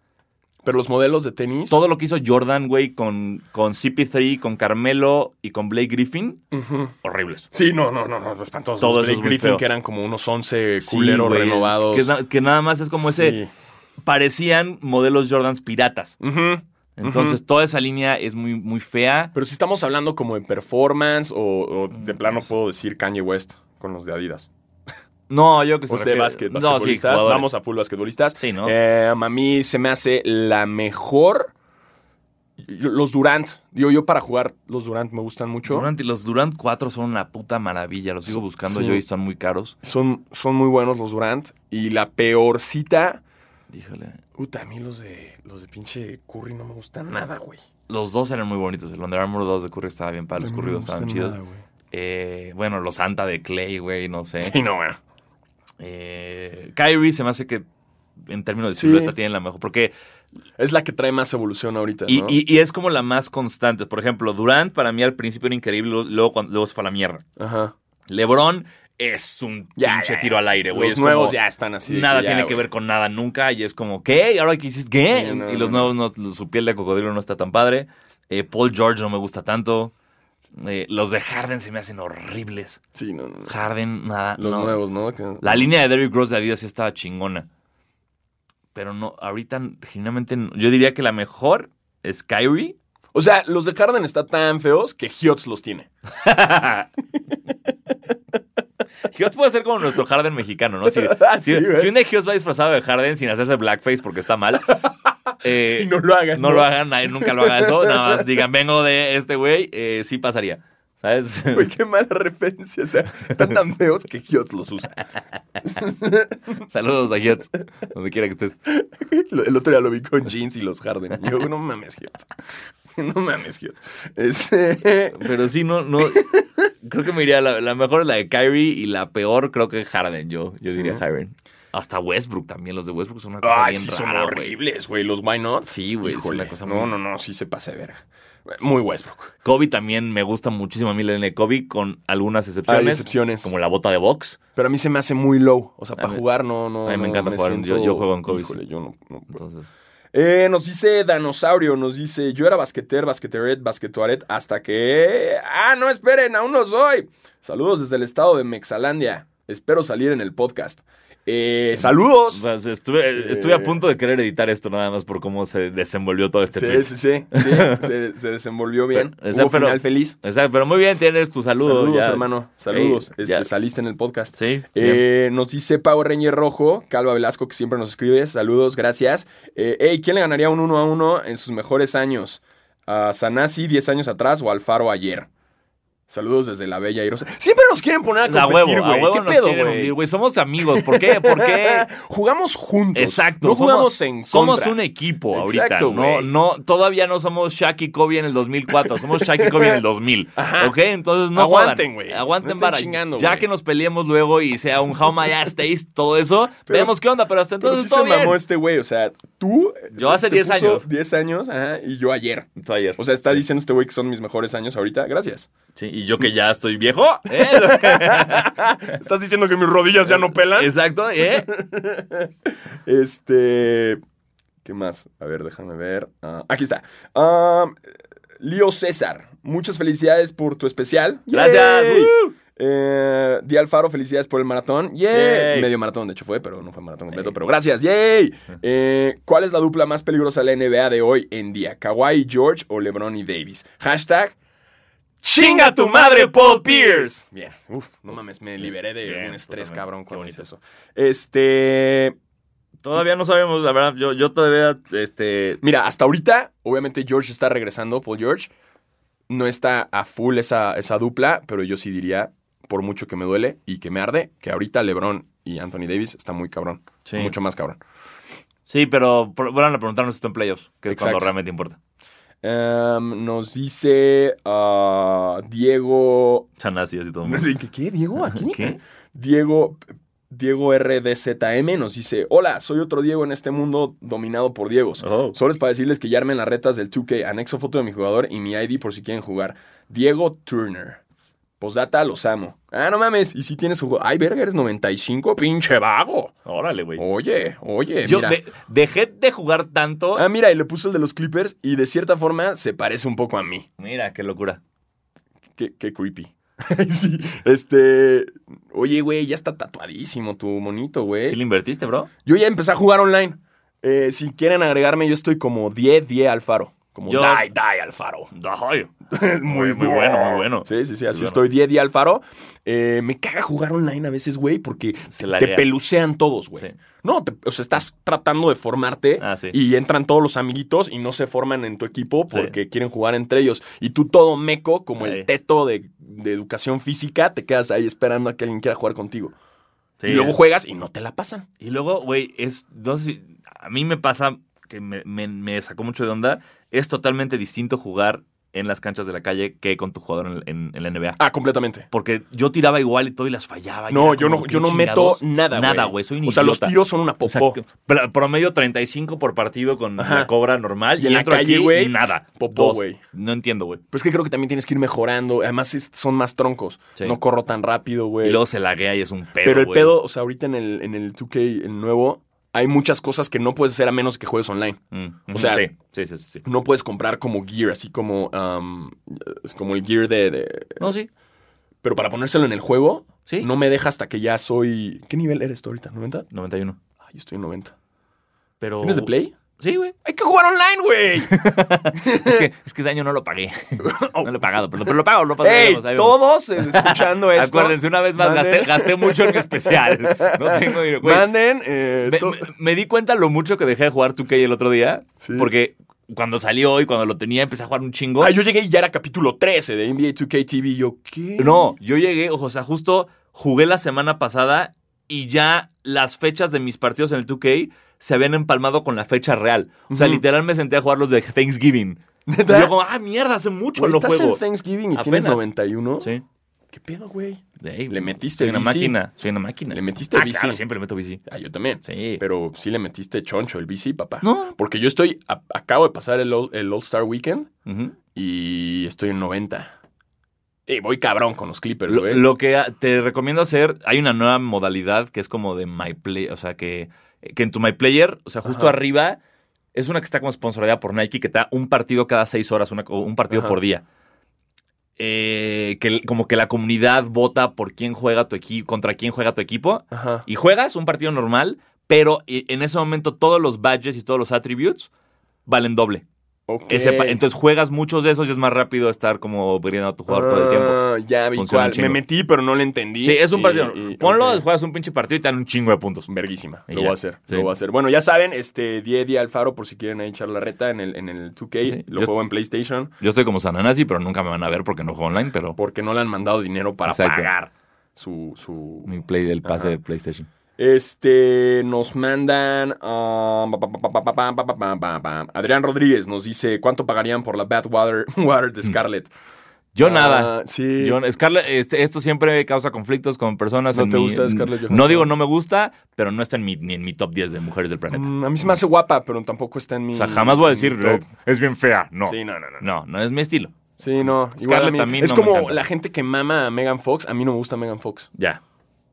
A: pero los modelos de tenis...
B: Todo lo que hizo Jordan, güey, con, con CP3, con Carmelo y con Blake Griffin,
A: Ujú.
B: horribles.
A: Sí, no, no, no, no, espantosos.
B: Todo
A: Los
B: eso es
A: Blake
B: muy
A: Griffin,
B: feo.
A: que eran como unos 11
B: Sí,
A: culeros
B: güey,
A: renovados.
B: Que, es na- que nada más es como ese.
A: Sí.
B: Parecían modelos Jordans piratas.
A: Ujú.
B: Entonces, toda esa línea es muy, muy fea.
A: Pero si estamos hablando como de performance o, o
B: Mm,
A: de plano puedo decir Kanye West con los de Adidas.
B: No, yo que sé.
A: O sea, básquet, basquetbolistas. Vamos a full basquetbolistas.
B: Sí, ¿no?
A: Eh, a mí se me hace la mejor. Yo- Los Durant. Digo, yo para jugar, los Durant me gustan mucho.
B: Durant y los Durant 4 son una puta maravilla. Los sigo buscando
A: Sí.
B: yo y están muy caros.
A: Son, son muy buenos los Durant. Y la peorcita.
B: Díjole.
A: Puta, a mí los de, los de pinche Curry no me gustan nada, güey.
B: Los dos eran muy bonitos. El Under Armour 2 de Curry estaba bien para los
A: No me
B: curridos estaban
A: gustan
B: chidos.
A: nada, güey.
B: Eh, bueno, los Santa de Clay, güey, no sé.
A: Sí, no, güey.
B: Eh, Kyrie se me hace que en términos de
A: Sí.
B: silueta tienen la mejor. Porque.
A: Es la que trae más evolución ahorita.
B: Y,
A: ¿no?
B: y- y es como la más constante. Por ejemplo, Durant para mí al principio era increíble, luego, luego cuando- luego se fue a la mierda.
A: Ajá.
B: LeBron es un
A: Ya,
B: pinche
A: ya, ya.
B: tiro al aire, güey.
A: los
B: Es como-
A: nuevos ya están así. de
B: nada
A: ya,
B: tiene
A: güey.
B: que ver con nada nunca. Y es como, ¿qué? ¿Y ahora qué hiciste? ¿Qué?
A: Sí, no,
B: y los
A: no,
B: nuevos, no- su piel de cocodrilo no está tan padre. Eh, Paul George no me gusta tanto. Eh, los de Harden se me hacen horribles.
A: Sí, no, no, no.
B: Harden, nada.
A: Los
B: no.
A: nuevos, ¿no? Que-
B: La línea de Derrick Rose de Adidas sí estaba chingona. Pero no, ahorita, generalmente, no. yo diría que la mejor es Kyrie.
A: O sea, los de Harden están tan feos que Hiots los tiene.
B: Hughes puede ser como nuestro Harden mexicano, ¿no? Si,
A: Ah,
B: si-
A: sí, güey.
B: si un de Hughes va disfrazado de Harden sin hacerse blackface porque está mal, eh,
A: Sí, no lo hagan.
B: no lo hagan, nadie nunca lo haga eso, nada más digan, vengo de este güey, eh, sí pasaría, ¿sabes?
A: Güey, qué mala referencia. O sea, están tan feos que Hiots los usa.
B: Saludos a Hughes, donde quiera que estés.
A: Lo- El otro día lo vi con jeans y los Harden. Yo, no mames, Hiots. No mames, Hiots. Este,
B: Pero sí, no, no, creo que me iría, la, la mejor es la de Kyrie y la peor creo que Harden, yo, yo
A: Sí,
B: diría
A: ¿no?
B: Harden. Hasta Westbrook también, los de Westbrook son una cosa
A: Ay,
B: bien
A: sí, son
B: rara, güey.
A: horribles, güey. Los why not.
B: Sí, güey, es
A: Híjole.
B: una cosa
A: No,
B: muy-
A: no, no, sí se pasa de verga. Muy Westbrook.
B: Kobe también me gusta muchísimo a mí la línea de Kobe con algunas excepciones.
A: Hay Ah, excepciones.
B: Como la bota de box.
A: Pero a mí se me hace muy low. O sea, para
B: mí-
A: jugar no, no.
B: a mí me
A: no,
B: encanta jugar. Yo- yo juego en Kobe.
A: Híjole, yo no, no puedo.
B: Entonces,
A: Eh, nos dice Danosaurio, nos dice, yo era basqueter, basqueteret, basquetuaret, hasta que... Ah, no, esperen, aún no soy. Saludos desde el estado de Mexalandia. Espero salir en el podcast. Eh, saludos.
B: pues,
A: eh,
B: estuve, estuve a punto de querer editar esto nada más por cómo se desenvolvió todo este
A: Sí,
B: tweet.
A: sí, sí, sí, se, se desenvolvió bien.
B: Pero, o sea,
A: Hubo
B: pero-
A: final feliz.
B: Exacto, pero muy bien, tienes tu saludo.
A: saludos,
B: ya.
A: hermano. Saludos.
B: Ey,
A: Este,
B: ya.
A: saliste en el podcast.
B: Sí. bien.
A: Eh, nos dice Pau Reñer Rojo, Calva Velasco, que siempre nos escribe. Saludos, gracias. Eh, ey, ¿quién le ganaría un 1 a 1 en sus mejores años? ¿A Sanasi 10 años atrás o Alfaro ayer? Saludos desde la Bella Irosa. Siempre nos quieren poner a
B: a
A: competir,
B: huevo, a
A: güey.
B: huevo
A: ¿Qué
B: nos
A: pedo,
B: quieren
A: güey? Ah,
B: hundir, güey. Somos amigos. ¿Por qué? ¿Por qué?
A: Jugamos juntos.
B: Exacto.
A: No jugamos
B: somos,
A: en contra.
B: Somos un equipo ahorita.
A: Exacto,
B: no,
A: güey.
B: no, todavía no somos Shaq y Kobe en el 2004. Somos Shaq y Kobe en el 2000.
A: Ajá.
B: ¿Ok? Entonces no
A: Aguanten,
B: jodan.
A: güey. No
B: Aguanten
A: estén
B: para.
A: chingando,
B: ya
A: güey.
B: que nos peleemos luego y sea un How My Ass Taste, todo eso,
A: Pero-
B: vemos qué onda. Pero hasta
A: Pero
B: entonces
A: sí se
B: todo bien.
A: mamó este güey. O sea, tú.
B: Yo hace
A: te
B: 10
A: puso
B: años.
A: 10 años, ajá, y yo ayer.
B: Tú ayer.
A: O sea, está diciendo este güey que son mis mejores años ahorita. Gracias.
B: Sí, y yo que ya estoy viejo. ¿eh?
A: Estás diciendo que mis rodillas ya no pelan.
B: Exacto. ¿eh?
A: Este. ¿Qué más? A ver, déjame ver. Ah, aquí está. Am, Lío César, muchas felicidades por tu especial.
B: Gracias.
A: ¡Yay!
B: ¡Woo!
A: Eh, Di Alfaro, felicidades por el maratón. ¡Yay!
B: ¡Yay!
A: Medio maratón, de hecho fue, pero no fue maratón completo.
B: Ey.
A: Pero gracias, ¡yay! Eh, ¿Cuál es la dupla más peligrosa de la NBA de hoy en día? ¿Kawhi y George o LeBron y Davis? Hashtag.
B: ¡Chinga tu madre, Paul Pierce!
A: Bien, uf, no mames, me liberé de
B: Bien,
A: un estrés
B: totalmente.
A: cabrón
B: Qué
A: con
B: bonito.
A: eso. Este.
B: Todavía no sabemos, la verdad. Yo, yo todavía, este.
A: Mira, hasta ahorita, obviamente George está regresando, Paul George. No está a full esa, esa dupla, pero yo sí diría, por mucho que me duele y que me arde, que ahorita LeBron y Anthony Davis está muy cabrón.
B: Sí.
A: Mucho más cabrón.
B: Sí, pero por- vuelvan a preguntarnos si está en playoffs, que es
A: Exacto.
B: cuando realmente importa.
A: Em, nos dice ah, Diego.
B: Chanasias y todo. el mundo.
A: ¿Qué, qué, Diego? ¿Aquí?
B: ¿Qué?
A: Diego. Diego RDZM nos dice: Hola, soy otro Diego en este mundo dominado por Diegos.
B: Oh.
A: Solo es para decirles que ya armen las retas del 2K. Anexo foto de mi jugador y mi ID por si quieren jugar. Diego Turner. Posdata, los amo. Ah, no mames. Y si tienes su Ay, verga, eres 95, pinche vago.
B: Órale, güey.
A: Oye, oye.
B: Yo
A: Eh, mira.
B: de- dejé de jugar tanto.
A: Ah, mira, y le puso el de los Clippers y de cierta forma se parece un poco a mí.
B: Mira, qué locura.
A: Qué, qué creepy. sí, este. Oye, güey, ya está tatuadísimo tu monito, güey.
B: ¿Sí le invertiste, bro?
A: Yo ya empecé a jugar online. Eh, si quieren agregarme, yo estoy como 10, 10 Alfaro. Como
B: Yo-
A: die, die Alfaro.
B: Ay. muy, muy bueno, muy bueno.
A: Sí, sí, sí, así
B: bueno.
A: estoy 10, 10 Alfaro. Eh, me caga jugar online a veces, güey, porque
B: Se la
A: te
B: lea.
A: pelucean todos, güey.
B: Sí.
A: No, te- o sea, estás tratando de formarte
B: Ah, sí.
A: y entran todos los amiguitos y no se forman en tu equipo
B: Sí.
A: porque quieren jugar entre ellos. Y tú todo meco, como
B: Ahí.
A: el teto de, de educación física, te quedas ahí esperando a que alguien quiera jugar contigo.
B: Sí,
A: y luego
B: es-
A: juegas y no te la pasan.
B: Y luego, güey, es. No sé si- a mí me pasa que me, me- me sacó mucho de onda. Es totalmente distinto jugar en las canchas de la calle que con tu jugador en, en- en la NBA.
A: Ah, completamente. Porque
B: Tiraba igual y todo y las fallaba. y
A: No,
B: era
A: yo
B: como,
A: no,
B: ¿qué
A: yo no meto
B: chingados?
A: nada, güey.
B: Nada, güey. Soy un
A: O sea, los
B: idiota.
A: tiros son una
B: O sea,
A: popó.
B: que- pl- promedio 35 por partido con la
A: Ajá.
B: cobra normal.
A: Y
B: Y,
A: en la
B: entro
A: calle,
B: aquí,
A: güey,
B: nada.
A: popó,
B: Dos.
A: güey.
B: No entiendo, güey.
A: Pero es que creo que también tienes que ir mejorando. Además, es- son más troncos.
B: Sí.
A: No corro tan rápido,
B: Y
A: güey.
B: luego se laguea y es un pedo,
A: Pero el
B: güey.
A: pedo, o sea, ahorita en el, en el 2K, el nuevo, hay muchas cosas que no puedes hacer a menos que juegues online.
B: Mm, ujú,
A: sea,
B: sí, sí, sí, sí.
A: No puedes comprar como gear, así como, um, es como el gear de, de-
B: No, sí.
A: Pero para ponérselo en el juego,
B: Sí.
A: no me deja hasta que ya soy... ¿Qué nivel eres tú ahorita? ¿90?
B: 91.
A: Ah, yo estoy en 90.
B: Pero...
A: ¿Tienes de play?
B: Sí, güey.
A: ¡Hay que jugar online, güey!
B: Es que, es que este año no lo pagué. No lo he pagado, pero, pero lo pago, lo pago.
A: ¡Ey!
B: ahí vemos, ahí vemos.
A: Todos eh, escuchando esto. eh.
B: Acuérdense, una vez más,
A: Manden-
B: gasté, gasté mucho en mi especial. No tengo dinero, güey.
A: Manden... eh,
B: Me,
A: to-
B: me- me di cuenta lo mucho que dejé de jugar 2K el otro día.
A: Sí.
B: Porque cuando salió y cuando lo tenía empecé a jugar un chingo.
A: Ah, yo llegué y ya era capítulo 13 de NBA 2K TV. Yo, ¿qué?
B: No, yo llegué, ojo, o sea, justo jugué la semana pasada y ya las fechas de mis partidos en el 2K se habían empalmado con la fecha real. O sea,
A: Ujú.
B: literal me senté a jugar los de Thanksgiving. Y
A: ¿Neta?
B: yo como, ah, mierda, hace mucho
A: Güey,
B: no
A: estás
B: juego.
A: en Thanksgiving y
B: Apenas.
A: tienes 91.
B: Sí.
A: ¿Qué pedo, güey?
B: Ey,
A: Le metiste
B: soy una
A: bici.
B: máquina, soy una máquina.
A: Le metiste
B: ah,
A: bici.
B: claro, siempre le meto bici.
A: Ah, yo también.
B: Sí.
A: Pero sí le metiste choncho el bici, papá.
B: No.
A: Porque yo estoy. a- acabo de pasar el, All- el All-Star Weekend
B: Ujú.
A: y estoy en 90. Y voy cabrón con los Clippers,
B: Lo,
A: güey.
B: lo que ah, te recomiendo hacer, hay una nueva modalidad que es como de My Play, o sea, que, que en tu My Player, o sea, justo
A: Ajá.
B: arriba, es una que está como sponsorizada por Nike, que te da un partido cada seis horas, una- o un partido
A: Ajá.
B: por día. Eh, que el- como que la comunidad vota por quién juega tu equipo, contra quién juega tu equipo,
A: Ajá.
B: y juegas un partido normal, pero eh, en ese momento todos los badges y todos los attributes valen doble.
A: Ok.
B: Ese pa- entonces juegas muchos de esos y es más rápido estar como brindando a tu jugador todo el tiempo.
A: Ah, Ya vi
B: Funciona un
A: cuál.
B: chingo.
A: Me metí, pero no le entendí.
B: Sí, es un
A: Y-
B: partido.
A: y-
B: Ponlo,
A: ok.
B: juegas un pinche partido y te dan un chingo de puntos.
A: Verguísima.
B: Y
A: Lo
B: ya.
A: voy a hacer.
B: Sí.
A: Lo voy a hacer. Bueno, ya saben, este 10 día Alfaro, por si quieren ahí echar la reta en el, en el 2K.
B: Sí.
A: Lo
B: Yo-
A: juego en PlayStation
B: Yo estoy como Sananasi, pero nunca me van a ver porque no juego online, pero
A: porque no le han mandado dinero para
B: Exacto.
A: pagar su. su...
B: mi play del pase
A: Ajá.
B: de PlayStation.
A: Este, nos mandan. ah, pa, pa, pa, pa, pa, pa, pa, pa, pa, pa, pa. Adrián Rodríguez nos dice: ¿Cuánto pagarían por la Bad Water, Water de Scarlett?
B: Mm. Yo
A: Ah,
B: nada.
A: Sí.
B: Yo, Scarlett, este, esto siempre causa conflictos con personas.
A: ¿No
B: en
A: te
B: mi-
A: gusta Scarlett
B: No
A: Johansson?
B: digo no me gusta, pero no está en mi, ni en mi top 10 de mujeres del planeta.
A: Mm, a mí se me hace guapa, pero tampoco está en mi.
B: o sea, jamás voy a
A: en mi
B: decir,
A: top.
B: "Eh, es bien fea. No.
A: Mm, Sí, no, no, no.
B: No, no es mi estilo.
A: Sí, no.
B: Scarlett
A: Igual a mí-
B: también
A: es
B: no me
A: como
B: encanta.
A: la gente que mama a Megan Fox. A mí no me gusta Megan Fox.
B: Ya.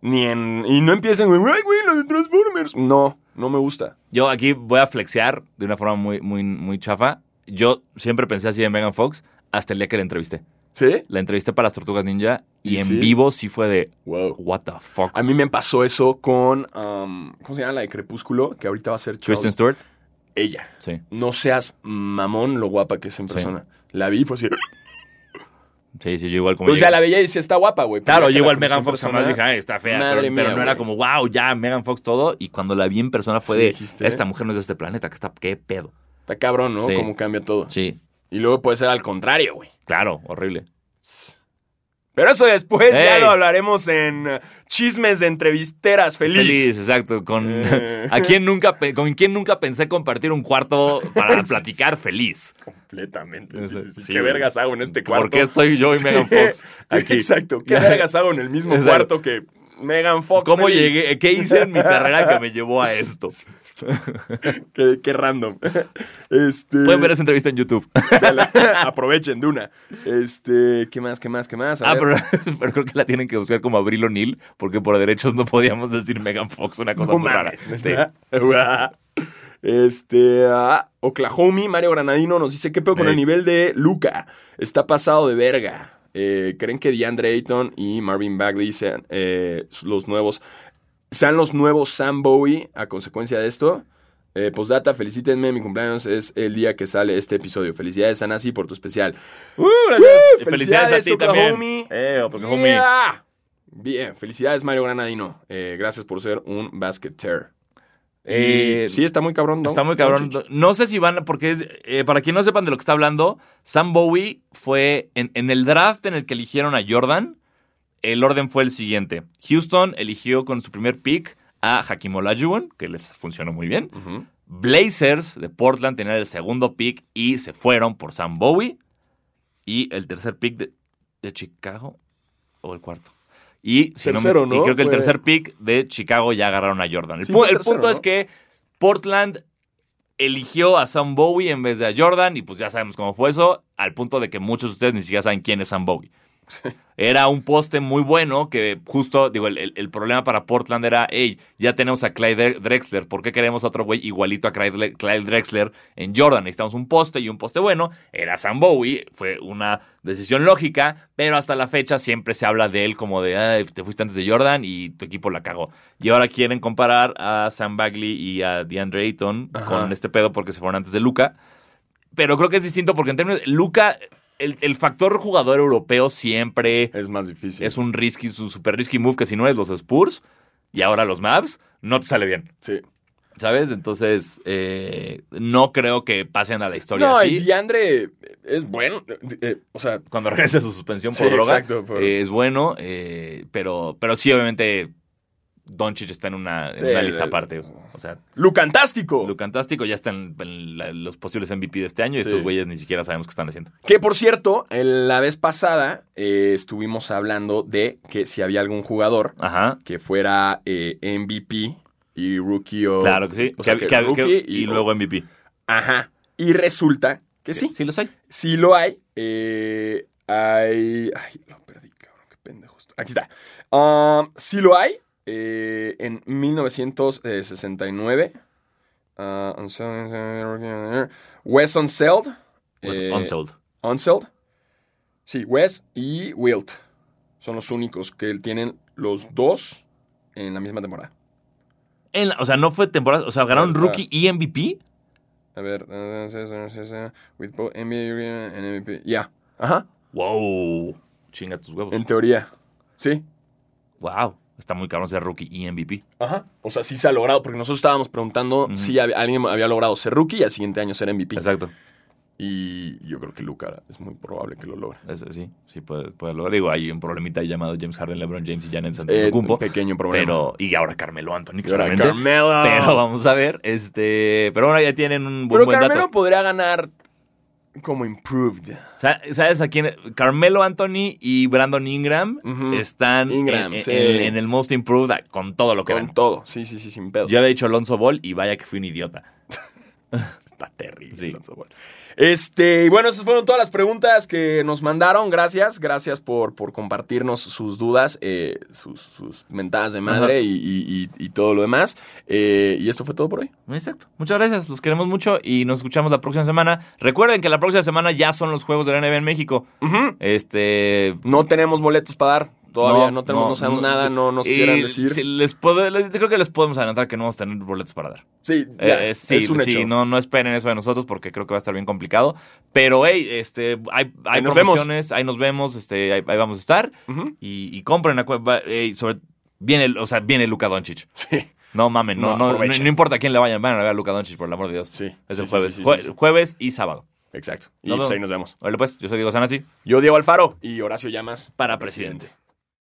A: Ni en. Y no empiecen, güey, "Ay, güey, la de Transformers. No, no me gusta.
B: Yo aquí voy a flexear de una forma muy, muy, muy chafa. Yo siempre pensé así de Megan Fox hasta el día que la entrevisté.
A: ¿Sí?
B: la entrevista para las Tortugas Ninja y,
A: ¿Y
B: en
A: sí? Ah,
B: vivo sí fue de
A: Wow.
B: what the fuck.
A: A mí me pasó eso con. um, ¿Cómo se llama la de Crepúsculo? Que ahorita va a ser
B: Kristen
A: Charlie.
B: Stewart,
A: Ella.
B: sí.
A: No seas mamón lo guapa que es en
B: Sí.
A: persona. La vi y fue así.
B: Sí, sí, yo igual como.
A: O sea,
B: llegué.
A: la veía y decía, está guapa, güey. pero ya
B: Claro,
A: que
B: yo
A: la
B: igual
A: conocí
B: Megan
A: en
B: Fox
A: persona,
B: jamás dije, "Ay, está fea.
A: Madre
B: pero pero
A: mía,
B: no era
A: güey.
B: como, wow, ya, Megan Fox todo. Y cuando la vi en persona fue
A: Sí,
B: de,
A: dijiste.
B: esta mujer no es de este planeta, que está, qué pedo.
A: Está cabrón, ¿no?
B: Sí.
A: Cómo cambia todo.
B: Sí,
A: Y luego puede ser al contrario, güey.
B: claro, horrible.
A: Pero eso después ya
B: Ey.
A: lo hablaremos en eh, chismes de entrevisteras. Feliz.
B: exacto. Con,
A: Eh.
B: a quien nunca, pe- con quien nunca pensé compartir un cuarto para platicar feliz.
A: Completamente.
B: Eso,
A: Sí, sí, sí.
B: sí,
A: ¿Qué
B: güey.
A: vergas hago en este cuarto?
B: ¿Por qué estoy yo y Megan Fox aquí?
A: Exacto. ¿Qué
B: Ya.
A: vergas hago en el mismo
B: Exacto.
A: cuarto que Megan Fox?
B: ¿Cómo
A: feliz?
B: llegué? ¿Qué hice en mi carrera que me llevó a esto?
A: Qué, qué random. Este,
B: Pueden ver esa entrevista en YouTube.
A: véala. Aprovechen, Duna. Este, ¿qué más, qué más, qué más? A
B: Ah,
A: ver.
B: pero, pero creo que la tienen que buscar como Abril O'Neill, porque por derechos no podíamos decir Megan Fox, una cosa
A: No
B: muy rara.
A: mames,
B: Sí.
A: ¿neta? Guau. Este, ah, Oklahoma, Mario Granadino nos dice, ¿qué pedo con
B: Ey.
A: el nivel de Luca? Está pasado de verga. Eh, ¿Creen que DeAndre Ayton y Marvin Bagley sean eh, los nuevos, sean los nuevos Sam Bowie a consecuencia de esto? Eh, postdata, felicítenme, mi cumpleaños es el día que sale este episodio. Felicidades, Anasi, por tu especial.
B: Uh, Y
A: felicidades, Oklahomie.
B: Eh, Oklahomie.
A: Yeah. Bien, felicidades, Mario Granadino. Eh, gracias por ser un basketer.
B: Eh,
A: Y sí, está muy cabrón. ¿no?
B: Está muy cabrón.
A: Doncic.
B: No sé si van, porque es, eh, para quien no sepan de lo que está hablando, Sam Bowie fue en, en el draft en el que eligieron a Jordan. El orden fue el siguiente: Houston eligió con su primer pick a Hakim Olajuwon, que les funcionó muy bien.
A: Ujú.
B: Blazers de Portland tenían el segundo pick y se fueron por Sam Bowie. Y el tercer pick de, de Chicago, o el cuarto. Y, si me-
A: Tercero, ¿no?
B: y creo que el
A: Fue-
B: tercer pick de Chicago ya agarraron a Jordan. El,
A: Sí,
B: pu-
A: fue
B: el
A: tercero,
B: punto es
A: ¿no?
B: que Portland eligió a Sam Bowie en vez de a Jordan, y pues ya sabemos cómo fue eso, al punto de que muchos de ustedes ni siquiera saben quién es Sam Bowie. Era un poste muy bueno que justo, digo, el, el- el problema para Portland era, hey, ya tenemos a Clyde Dre- Drexler, ¿por qué queremos a otro güey igualito a Clyde, Le- Clyde Drexler en Jordan? Necesitamos un poste y un poste bueno. Era Sam Bowie, fue una decisión lógica, pero hasta la fecha siempre se habla de él como de, "Ay, te fuiste antes de Jordan y tu equipo la cagó. Y ahora quieren comparar a Sam Bagley y a DeAndre Ayton
A: Ajá.
B: con este pedo porque se fueron antes de Luca. Pero creo que es distinto porque en términos, Luca, el, el factor jugador europeo siempre
A: Es más difícil.
B: es un risky, un super risky move que si no eres los Spurs y ahora los Mavs, no te sale bien.
A: Sí.
B: ¿Sabes? Entonces, eh, no creo que pasen a la historia
A: No,
B: así.
A: y Diandre es bueno. eh, eh, o sea,
B: Cuando regrese su suspensión
A: Sí,
B: por droga,
A: exacto, por-
B: eh, es bueno, eh, pero, pero sí, obviamente, Doncic está en una, en
A: Sí,
B: una
A: el-
B: lista
A: el-
B: aparte. O sea,
A: Lucantástico.
B: Lucantástico ya está en, en la- los posibles MVP de este año y
A: Sí.
B: estos güeyes ni siquiera sabemos qué están haciendo.
A: Que por cierto, el- la vez pasada eh, estuvimos hablando de que si había algún jugador
B: Ajá.
A: que fuera eh, MVP y rookie o.
B: Claro que sí.
A: O sea,
B: Que-
A: que,
B: que-
A: rookie
B: que-
A: y,
B: y luego MVP.
A: Ajá. Y resulta que sí.
B: Sí los hay.
A: Sí lo hay. Eh, hay. Ay, lo perdí, cabrón, qué pendejo. estoy. Aquí está. Um, sí lo hay. eh, en 1969. ah, Wes Unseld.
B: Pues,
A: eh,
B: unsold.
A: Unseld. Sí, Wes y Wilt. Son los únicos que tienen los dos en la misma temporada.
B: En la- o sea, no fue temporada. O sea, ganaron
A: Ahorita.
B: rookie y MVP.
A: A ver. With both NBA and MVP. Ya. Ajá.
B: Wow. Chinga tus huevos.
A: En teoría. Sí.
B: Wow. Está muy cabrón ser rookie y MVP.
A: Ajá. O sea, sí se ha logrado, porque nosotros estábamos preguntando
B: Ujú.
A: si hab- alguien había logrado ser rookie y al siguiente año ser MVP.
B: Exacto.
A: Y yo creo que Luca es muy probable que lo logre.
B: Es- sí, sí puede, puede lograr. Digo, hay un problemita ahí llamado James Harden, LeBron James y Janet
A: Eh,
B: Antetokounmpo.
A: un pequeño problema.
B: pero, y ahora Carmelo Anthony,
A: Y ahora
B: claramente.
A: Carmelo.
B: Pero vamos a ver. Este, pero ahora ya tienen un buen,
A: Pero
B: buen
A: Carmelo
B: dato.
A: podría ganar como improved.
B: Sa- ¿Sabes a quién? Carmelo Anthony y Brandon Ingram
A: Ujú.
B: están
A: Ingram,
B: en, en-
A: sí.
B: en- en el Most Improved con todo lo que
A: Con
B: dan.
A: todo. Sí, sí, sí, sin pedo.
B: Yo había dicho Alonso Ball y vaya que fui un idiota.
A: Está terrible.
B: Sí.
A: Alonso Ball. Este, y bueno, esas fueron todas las preguntas que nos mandaron. Gracias, gracias por, por compartirnos sus dudas, eh, sus, sus mentadas de madre y, y- y- y todo lo demás. Eh, y esto fue todo por hoy.
B: Exacto. Muchas gracias, los queremos mucho y nos escuchamos la próxima semana. Recuerden que la próxima semana ya son los juegos de la NBA en México. Este,
A: No tenemos boletos para dar. Todavía no,
B: No,
A: tenemos, no,
B: no,
A: sabemos
B: no.
A: nada, no nos
B: Y
A: quieran decir.
B: si
A: Sí,
B: les puedo, les- creo que les podemos adelantar que no vamos a tener boletos para dar.
A: ya,
B: Eh, eh, sí,
A: es un
B: sí,
A: hecho.
B: No, no esperen eso de nosotros porque creo que va a estar bien complicado. Pero, hey, este, hay, hay
A: Ahí nos
B: promociones, ahí nos vemos, este, ahí, ahí vamos a estar.
A: Ujú.
B: Y, y compren, acu- va- ey, sobre, viene, el- o sea, viene Luka Doncic.
A: Sí,
B: No mamen, no,
A: No,
B: no, no,
A: aprovechen.
B: no importa a quién le vayan, van a ver a Luka Doncic, por el amor de Dios.
A: sí.
B: Es
A: Sí,
B: el
A: sí,
B: jueves.
A: sí, sí,
B: Jue-
A: sí.
B: Jueves y sábado.
A: Exacto. Y
B: Nos
A: pues,
B: vemos.
A: ahí nos vemos.
B: Vale, pues, yo soy Diego Sanasi.
A: Yo, Diego Alfaro y Horacio Llamas.
B: Para presidente.